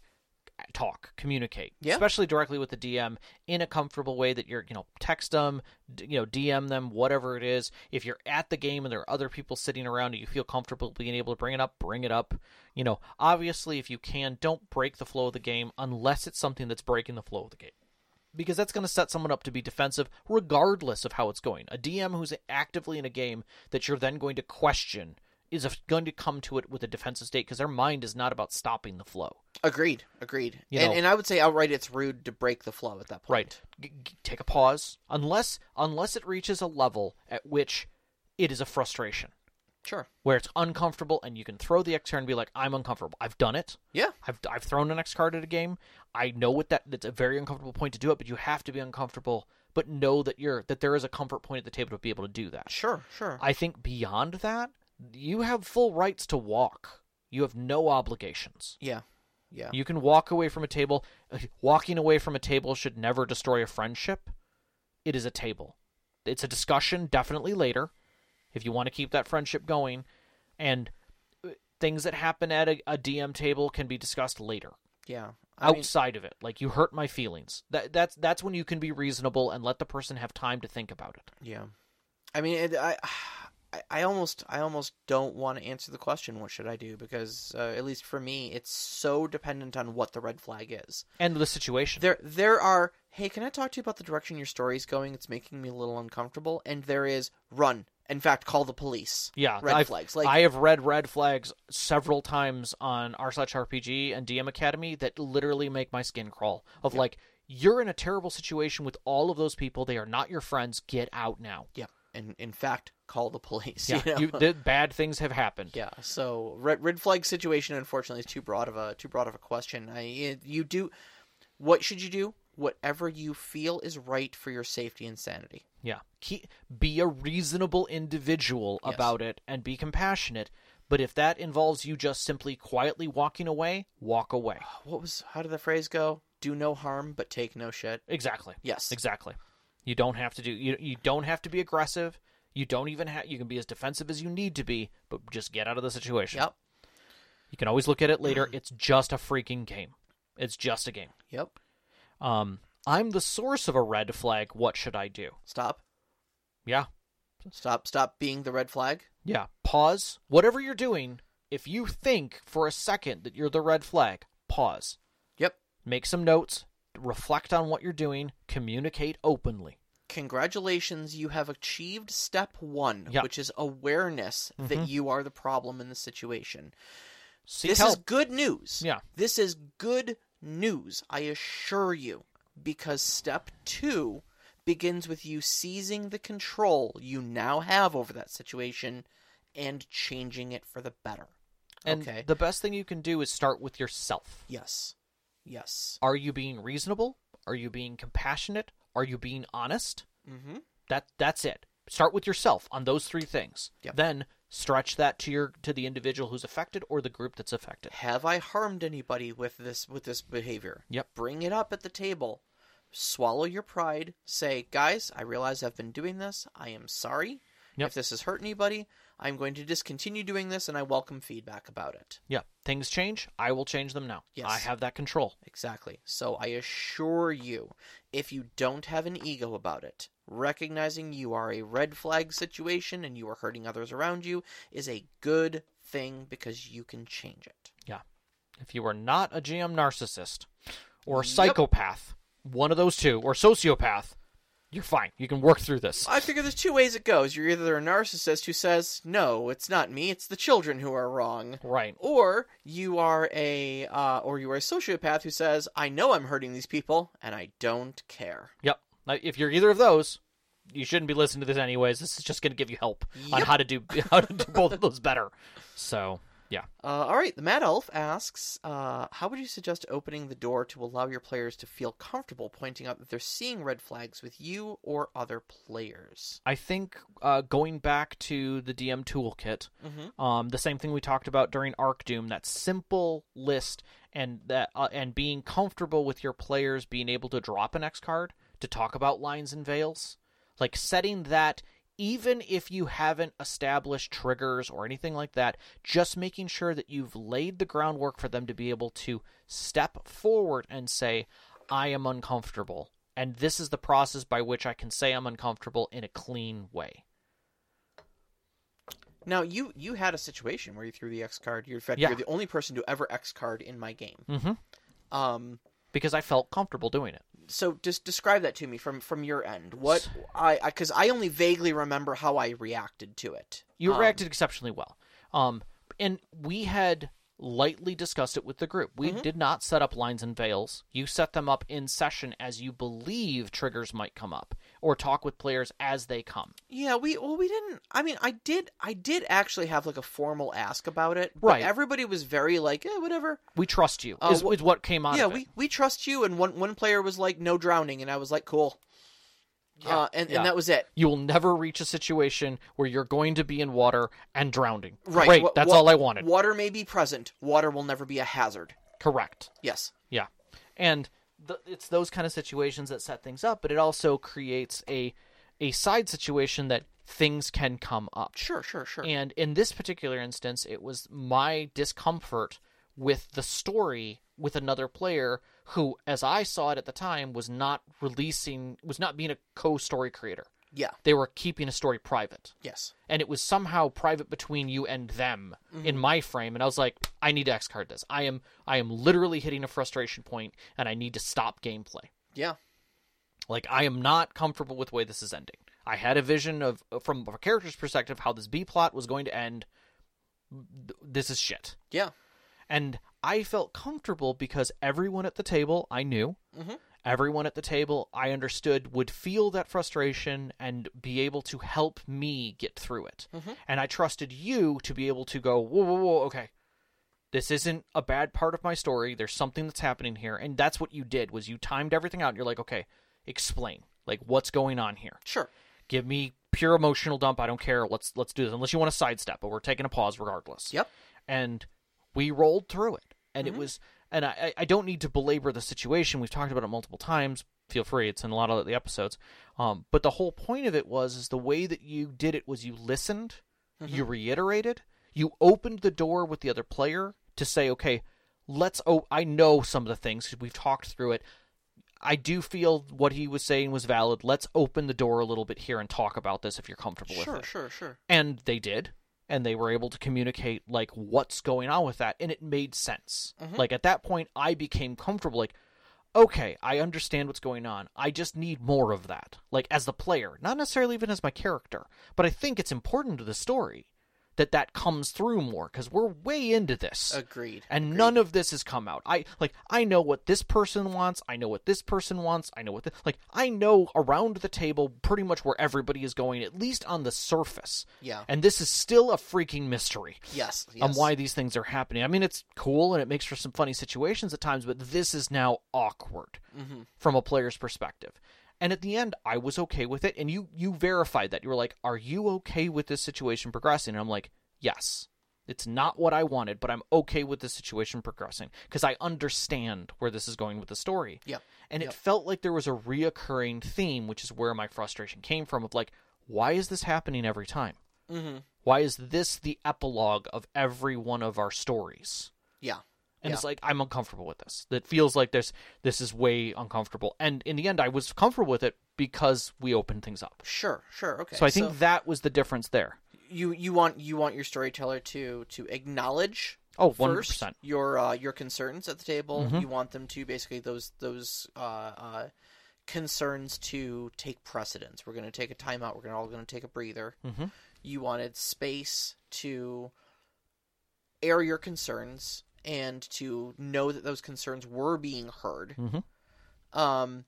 S2: talk, communicate,
S1: Yeah.
S2: especially directly with the DM in a comfortable way that you're, you know, text them, d- you know, DM them, whatever it is. If you're at the game and there are other people sitting around and you feel comfortable being able to bring it up, bring it up. You know, obviously, if you can, don't break the flow of the game unless it's something that's breaking the flow of the game because that's going to set someone up to be defensive regardless of how it's going. A DM who's actively in a game that you're then going to question is a- going to come to it with a defensive state because their mind is not about stopping the flow.
S1: Agreed, agreed.
S2: You
S1: and,
S2: know-
S1: and I would say outright, it's rude to break the flow at that point.
S2: Right. G- g- take a pause unless unless it reaches a level at which it is a frustration
S1: Sure.
S2: where it's uncomfortable and you can throw the X card and be like I'm uncomfortable. I've done it.
S1: Yeah.
S2: I've I've thrown an X card at a game. I know what that that's a very uncomfortable point to do it, but you have to be uncomfortable, but know that you're that there is a comfort point at the table to be able to do that.
S1: Sure. Sure.
S2: I think beyond that, you have full rights to walk. You have no obligations.
S1: yeah. Yeah.
S2: You can walk away from a table. Walking away from a table should never destroy a friendship. It is a table. It's a discussion definitely later if you want to keep that friendship going and uh, things that happen at a, a DM table can be discussed later
S1: yeah. I mean,
S2: outside of it. Like you hurt my feelings. That that's that's when you can be reasonable and let the person have time to think about it.
S1: yeah. I mean, it, I, I, I almost, I almost don't want to answer the question. What should I do? Because uh, at least for me, it's so dependent on what the red flag is.
S2: And the situation.
S1: There, there are. Hey, can I talk to you about the direction your story's going? It's making me a little uncomfortable. And there is run. In fact, call the police.
S2: Yeah,
S1: Red
S2: I've-
S1: flags. Like
S2: I have read red flags several times on r slash RPG and DM Academy that literally make my skin crawl. Of like, you're in a terrible situation with all of those people. They are not your friends. Get out now.
S1: Yeah, and in fact, call the police.
S2: Yeah,
S1: [laughs] you know?
S2: you, the bad things have happened.
S1: yeah. So red red flag situation, unfortunately, is too broad of a too broad of a question. I it- you do what should you do? Whatever you feel is right for your safety and sanity.
S2: Yeah. Ke- be a reasonable individual
S1: Yes.
S2: about it and be compassionate. But if that involves you just simply quietly walking away, walk away.
S1: Uh, What was how did the phrase go? Do no harm, but take no shit.
S2: Exactly.
S1: Yes.
S2: Exactly. You don't have to do you, you don't have to be aggressive. You don't even have you can be as defensive as you need to be, but just get out of the situation.
S1: Yep.
S2: You can always look at it later. It's just a freaking game. It's just a game.
S1: Yep.
S2: Um I'm the source of a red flag. What should I do?
S1: Stop.
S2: Yeah.
S1: Stop. Stop being the red flag.
S2: Yeah. Pause. Whatever you're doing, if you think for a second that you're the red flag, pause.
S1: Yep.
S2: Make some notes, reflect on what you're doing, communicate openly.
S1: Congratulations, you have achieved step one,
S2: Yeah.
S1: which is awareness that you are the problem in the situation.
S2: Seek
S1: this
S2: help.
S1: is good news.
S2: Yeah.
S1: This is good news, I assure you, because step two begins with you seizing the control you now have over that situation and changing it for the better.
S2: And
S1: Okay.
S2: the best thing you can do is start with yourself.
S1: Yes. Yes.
S2: Are you being reasonable? Are you being compassionate? Are Are you being honest?
S1: Mm-hmm.
S2: That that's it. Start with yourself on those three things.
S1: Yep.
S2: Then stretch that to your to the individual who's affected or the group that's affected.
S1: Have I harmed anybody with this with this behavior?
S2: Yep.
S1: Bring it up at the table. Swallow your pride. Say, guys, I realize I've been doing this. I am sorry.
S2: Yep.
S1: If this has hurt anybody, I'm going to discontinue doing this, and I welcome feedback about it.
S2: Yeah. Things change. I will change them now.
S1: Yes.
S2: I have that control.
S1: Exactly. So I assure you, if you don't have an ego about it, recognizing you are a red flag situation and you are hurting others around you is a good thing because you can change it.
S2: If you are not a GM narcissist or a psychopath, one of those two, or sociopath, you're fine. You can work through this.
S1: I figure there's two ways it goes. You're either a narcissist who says, "No, it's not me. It's the children who are wrong."
S2: Right.
S1: Or you are a uh, or you are a sociopath who says, "I know I'm hurting these people and I don't care."
S2: Yep. Now, If you're either of those, you shouldn't be listening to this anyways. This is just going to give you help on
S1: Yep.
S2: how to do [laughs] how to do both of those better. So, yeah.
S1: Uh, all right, the Mad Elf asks, uh, "How would you suggest opening the door to allow your players to feel comfortable pointing out that they're seeing red flags with you or other players?"
S2: I think uh, going back to the DM toolkit,
S1: Mhm.
S2: um, the same thing we talked about during Arc Doom, that simple list and that uh, and being comfortable with your players being able to drop an X card to talk about lines and veils, like setting that even if you haven't established triggers or anything like that, just making sure that you've laid the groundwork for them to be able to step forward and say, I am uncomfortable. And this is the process by which I can say I'm uncomfortable in a clean way.
S1: Now, you you had a situation where you threw the X card. You're, in fact,
S2: Yeah.
S1: you're the only person to ever X card in my game.
S2: Mm-hmm.
S1: Um,
S2: Because I felt comfortable doing it.
S1: so just describe that to me from from your end what i because I, only vaguely remember how i reacted to it
S2: You
S1: Um,
S2: reacted exceptionally well. Um, and we had lightly discussed it with the group. We
S1: Mm-hmm.
S2: did not set up lines and veils. You set them up in session as you believe triggers might come up, or talk with players as they come.
S1: yeah we well we didn't i mean i did i did actually have like a formal ask about it but
S2: Right.
S1: everybody was very like eh, whatever
S2: We trust you.
S1: Oh,
S2: is,
S1: wh-
S2: is what came out
S1: yeah
S2: of it.
S1: we we trust you and one one player was like no drowning and i was like cool uh, and,
S2: yeah.
S1: and that was it
S2: You will never reach a situation where you're going to be in water and drowning.
S1: right
S2: Great.
S1: wa-
S2: that's
S1: wa-
S2: all I wanted.
S1: water may be present water will never be a hazard
S2: Correct.
S1: yes
S2: Yeah, and th it's those kind of situations that set things up, but it also creates a a side situation that things can come up.
S1: sure sure sure
S2: And in this particular instance, it was my discomfort with the story with another player who, as I saw it at the time, was not releasing, was not being a co-story creator.
S1: yeah
S2: They were keeping a story private,
S1: yes
S2: and it was somehow private between you and them in my frame. And I was like, I need to X card this. I am, I am literally hitting a frustration point, and I need to stop gameplay.
S1: yeah
S2: Like I am not comfortable with the way this is ending. I had a vision of from a character's perspective how this B plot was going to end. Th- This is shit.
S1: yeah
S2: And I felt comfortable because everyone at the table I knew.
S1: Mhm.
S2: Everyone at the table I understood would feel that frustration and be able to help me get through it. And I trusted you to be able to go, whoa, whoa, whoa, okay. This isn't a bad part of my story. There's something that's happening here. And that's what you did was you timed everything out and you're like, okay, explain. Like what's going on here?
S1: sure
S2: Give me pure emotional dump. I don't care. Let's let's do this. Unless you want to sidestep, but we're taking a pause regardless
S1: yep
S2: and we rolled through it and it was and I, I- I don't need to belabor the situation we've talked about it multiple times feel free it's in a lot of the episodes um, but the whole point of it was is the way that you did it was you listened you reiterated you opened the door with the other player to say okay let's oh i know some of the things 'cause we've talked through it i do feel what he was saying was valid let's open the door a little bit here and talk about this if you're comfortable with
S1: sure
S2: it
S1: sure sure
S2: and they did and they were able to communicate like what's going on with that and it made sense like at that point i became comfortable like okay i understand what's going on i just need more of that like as the player not necessarily even as my character but i think it's important to the story that that comes through more because we're way into this
S1: agreed
S2: and none of this has come out. I like I know what this person wants. I know what this person wants. I know what this, like I know around the table pretty much where everybody is going, at least on the surface.
S1: Yeah.
S2: And this is still a freaking mystery
S1: yes, yes.
S2: on why these things are happening. I mean, it's cool and it makes for some funny situations at times, but this is now awkward from a player's perspective. And at the end, I was okay with it. And you you verified that. You were like, "Are you okay with this situation progressing?" And I'm like, "Yes." It's not what I wanted, but I'm okay with the situation progressing because I understand where this is going with the story.
S1: Yep.
S2: And
S1: Yep.
S2: it felt like there was a reoccurring theme, which is where my frustration came from of like, why is this happening every time?
S1: Mm-hmm.
S2: Why is this the epilogue of every one of our stories?
S1: Yeah.
S2: And
S1: Yeah.
S2: it's like I'm uncomfortable with this. That feels like this this is way uncomfortable. And in the end I was comfortable with it because we opened things up.
S1: Sure. Sure. Okay.
S2: So I think that was the difference there.
S1: you you want you want your storyteller to to acknowledge
S2: Oh, 100%.
S1: first your uh, your concerns at the table. You want them to basically those those uh, uh, concerns to take precedence. We're going to take a timeout. We're gonna, all going to take a breather.
S2: Mhm.
S1: You wanted space to air your concerns and to know that those concerns were being heard.
S2: Mhm.
S1: Um,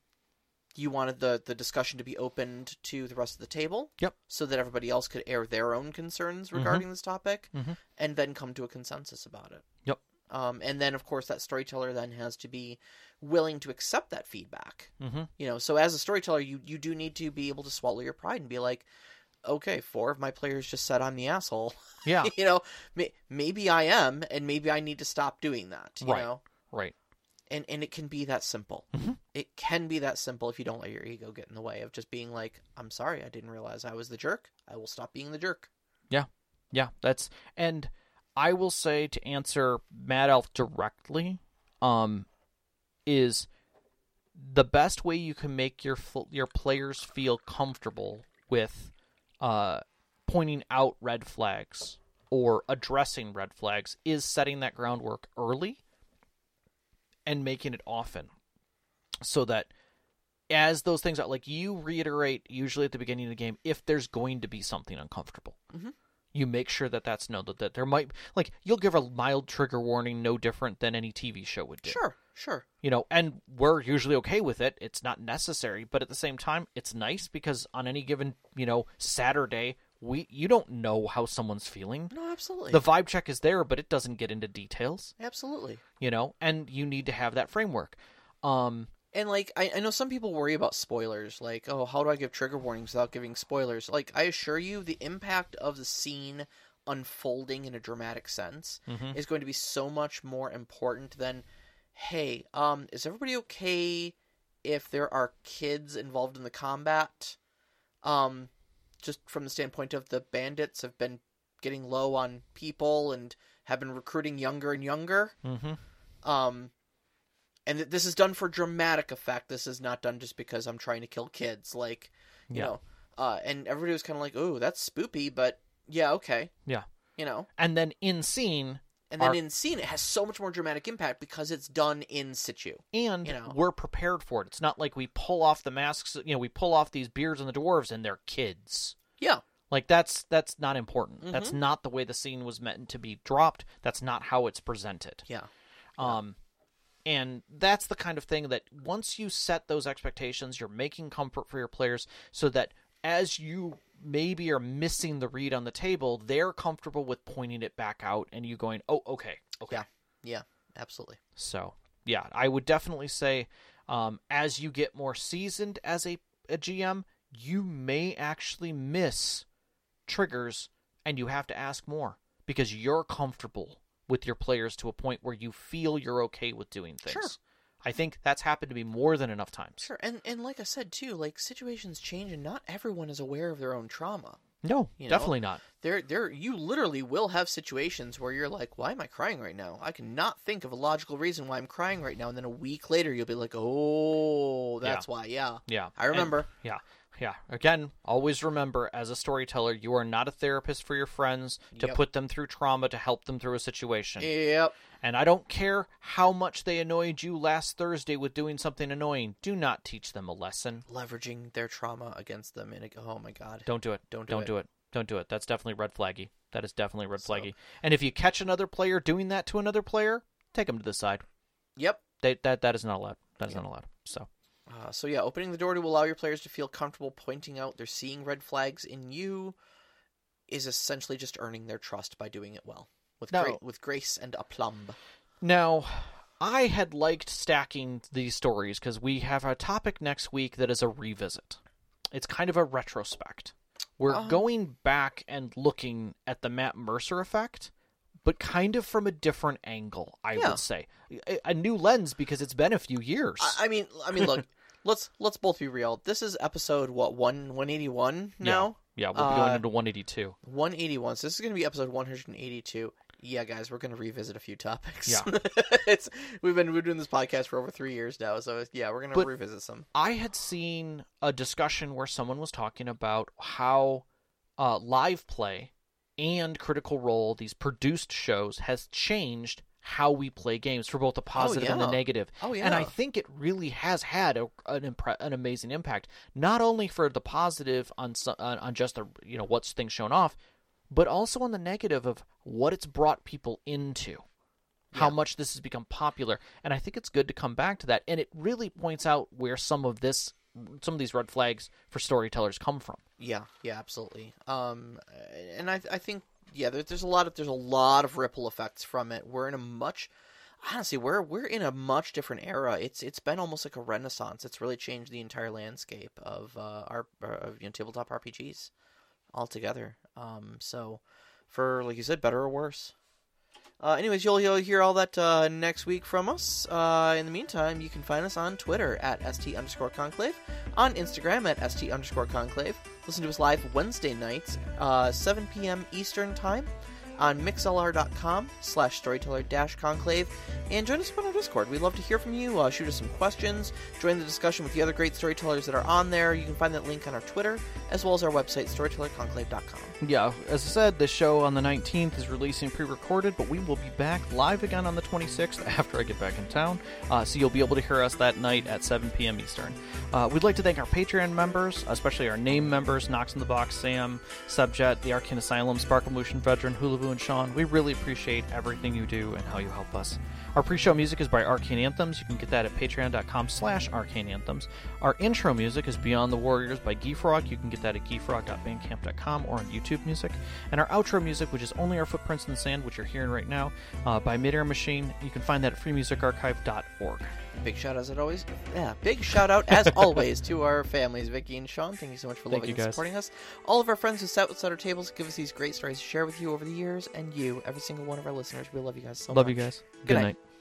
S1: you wanted the the discussion to be opened to the rest of the table.
S2: Yep.
S1: So that everybody else could air their own concerns
S2: Mm-hmm.
S1: regarding this topic,
S2: Mhm.
S1: and then come to a consensus about it.
S2: Yep.
S1: Um, and then, of course, that storyteller then has to be willing to accept that feedback.
S2: Mhm.
S1: You know, so as a storyteller, you you do need to be able to swallow your pride and be like, okay, four of my players just said I'm the asshole. [laughs]
S2: Yeah.
S1: you know, may, maybe I am, and maybe I need to stop doing that. You
S2: Right.
S1: know,
S2: right.
S1: and and it can be that simple.
S2: Mhm.
S1: It can be that simple if you don't let your ego get in the way of just being like, I'm sorry, I didn't realize I was the jerk. I will stop being the jerk.
S2: Yeah, that's and I will say to answer Mad Elf directly, um, is the best way you can make your fl- your players feel comfortable with, uh, pointing out red flags or addressing red flags is setting that groundwork early and making it often, so that as those things are like you reiterate usually at the beginning of the game if there's going to be something uncomfortable you make sure that that's known that, that there might like you'll give a mild trigger warning no different than any tv show would do
S1: Sure, sure.
S2: you know and we're usually okay with it it's not necessary but at the same time it's nice because on any given you know saturday we you don't know how someone's feeling
S1: No, absolutely.
S2: the vibe check is there but it doesn't get into details
S1: absolutely.
S2: you know and you need to have that framework um
S1: And like I, I know some people worry about spoilers, like, oh, how do I give trigger warnings without giving spoilers? Like, I assure you the impact of the scene unfolding in a dramatic sense is going to be so much more important than, hey, um, is everybody okay if there are kids involved in the combat? Um, just from the standpoint of the bandits have been getting low on people and have been recruiting younger and younger.
S2: mhm.
S1: Um, and th- this is done for dramatic effect. This is not done just because I'm trying to kill kids. Like, you
S2: Yeah.
S1: know, uh, and everybody was kind of like, "Ooh, that's spoopy," but yeah, okay,
S2: yeah
S1: you know.
S2: and then in scene
S1: And then
S2: Are-
S1: in scene, it has so much more dramatic impact because it's done in situ.
S2: and
S1: You know.
S2: we're prepared for it. It's not like we pull off the masks, you know, we pull off these beards on the dwarves and they're kids.
S1: Yeah,
S2: Like that's that's not important. That's
S1: Mm-hmm.
S2: not the way the scene was meant to be dropped. That's not how it's presented.
S1: yeah,
S2: Um, and that's the kind of thing that once you set those expectations, you're making comfort for your players so that as you maybe are missing the read on the table, they're comfortable with pointing it back out and you going, oh, okay, okay.
S1: Yeah. yeah, absolutely.
S2: So yeah, I would definitely say um, as you get more seasoned as a, a GM, you may actually miss triggers and you have to ask more because you're comfortable with your players to a point where you feel you're okay with doing things.
S1: Sure.
S2: I think that's happened to me more than enough times.
S1: Sure, and and like I said too, like situations change, and not everyone is aware of their own trauma.
S2: No,
S1: You know?
S2: definitely not.
S1: There, there, you literally will have situations where you're like, "Why am I crying right now? I cannot think of a logical reason why I'm crying right now." And then a week later, you'll be like, "Oh, that's why." Yeah,
S2: Yeah.
S1: I
S2: And-
S1: remember.
S2: yeah. Yeah. Again, always remember as a storyteller, you are not a therapist for your friends to
S1: Yep.
S2: put them through trauma to help them through a situation.
S1: Yep.
S2: And I don't care how much they annoyed you last Thursday with doing something annoying. Do not teach them a lesson.
S1: Leveraging their trauma against them, and it, oh my god,
S2: Don't do it.
S1: Don't do
S2: Don't
S1: it.
S2: do it. Don't do it. That's definitely red flaggy. That is definitely red flaggy. And if you catch another player doing that to another player, take them to the side.
S1: yep.
S2: They, that that is not allowed. That is not allowed. So
S1: Uh, so yeah, opening the door to allow your players to feel comfortable pointing out they're seeing red flags in you is essentially just earning their trust by doing it well with
S2: No.
S1: gra- with grace and aplomb.
S2: now, I had liked stacking these stories because we have a topic next week that is a revisit. It's kind of a retrospect. We're
S1: Uh-huh.
S2: going back and looking at the Matt Mercer effect, but kind of from a different angle, I
S1: Yeah.
S2: would say. A, a new lens because it's been a few years.
S1: I, I mean, I mean, look,
S2: [laughs]
S1: let's let's both be real. This is episode what one one eighty one now.
S2: yeah, we'll be going
S1: uh,
S2: into 182.
S1: One eighty one. So this is going to be episode one hundred and eighty two. Yeah, guys, we're going to revisit a few topics.
S2: Yeah.
S1: [laughs] it's we've been we've been doing this podcast for over three years now, so yeah, we're going to
S2: But-
S1: revisit some.
S2: I had seen a discussion where someone was talking about how uh, live play and Critical Role, these produced shows, has changed how we play games for both the positive and the
S1: yeah.
S2: negative.
S1: Oh yeah,
S2: And I think it really has had a, an impre- an amazing impact, not only for the positive on so- on on just the you know what's things shown off, but also on the negative of what it's brought people into, how much this has become popular, and I think it's good to come back to that, and it really points out where some of this some of these red flags for storytellers come from.
S1: yeah, yeah, absolutely. Um, and I I think yeah, there, there's a lot of there's a lot of ripple effects from it. We're in a much honestly we're we're in a much different era it's it's been almost like a renaissance it's really changed the entire landscape of uh our of you know, tabletop rpgs altogether um so for like you said better or worse uh anyways you'll you'll hear all that uh next week from us uh in the meantime you can find us on twitter at st underscore conclave on instagram at st underscore conclave listen to us live wednesday nights uh 7 p.m eastern time on mixlr.com slash storyteller dash conclave and join us up on our discord we'd love to hear from you uh, shoot us some questions join the discussion with the other great storytellers that are on there you can find that link on our twitter as well as our website storytellerconclave.com
S2: Yeah, as I said, this show on the 19th is releasing pre recorded, but we will be back live again on the 26th after I get back in town. Uh, so you'll be able to hear us that night at 7 p.m. Eastern. Uh, we'd like to thank our Patreon members, especially our name members Knox in the Box, Sam, Subjet, The Arcane Asylum, Sparkle Motion Veteran, Hulavu, and Sean. We really appreciate everything you do and how you help us. Our pre-show music is by Arcane Anthems. You can get that at patreon.com slash arcane anthems. Our intro music is Beyond the Warriors by Geefrog. You can get that at geefrog.bandcamp.com or on YouTube Music. And our outro music, which is only our footprints in the sand, which you're hearing right now, uh, by Midair Machine. You can find that at freemusicarchive.org.
S1: big shout out as it always yeah big shout out
S2: [laughs]
S1: as always to our families vicky and sean thank you so much for
S2: Thank
S1: loving
S2: you,
S1: and
S2: guys.
S1: supporting us all of our friends who sat with our tables give us these great stories to share with you over the years and you every single one of our listeners we love you guys so
S2: Love
S1: much
S2: you guys. Good,
S1: Good night.
S2: night.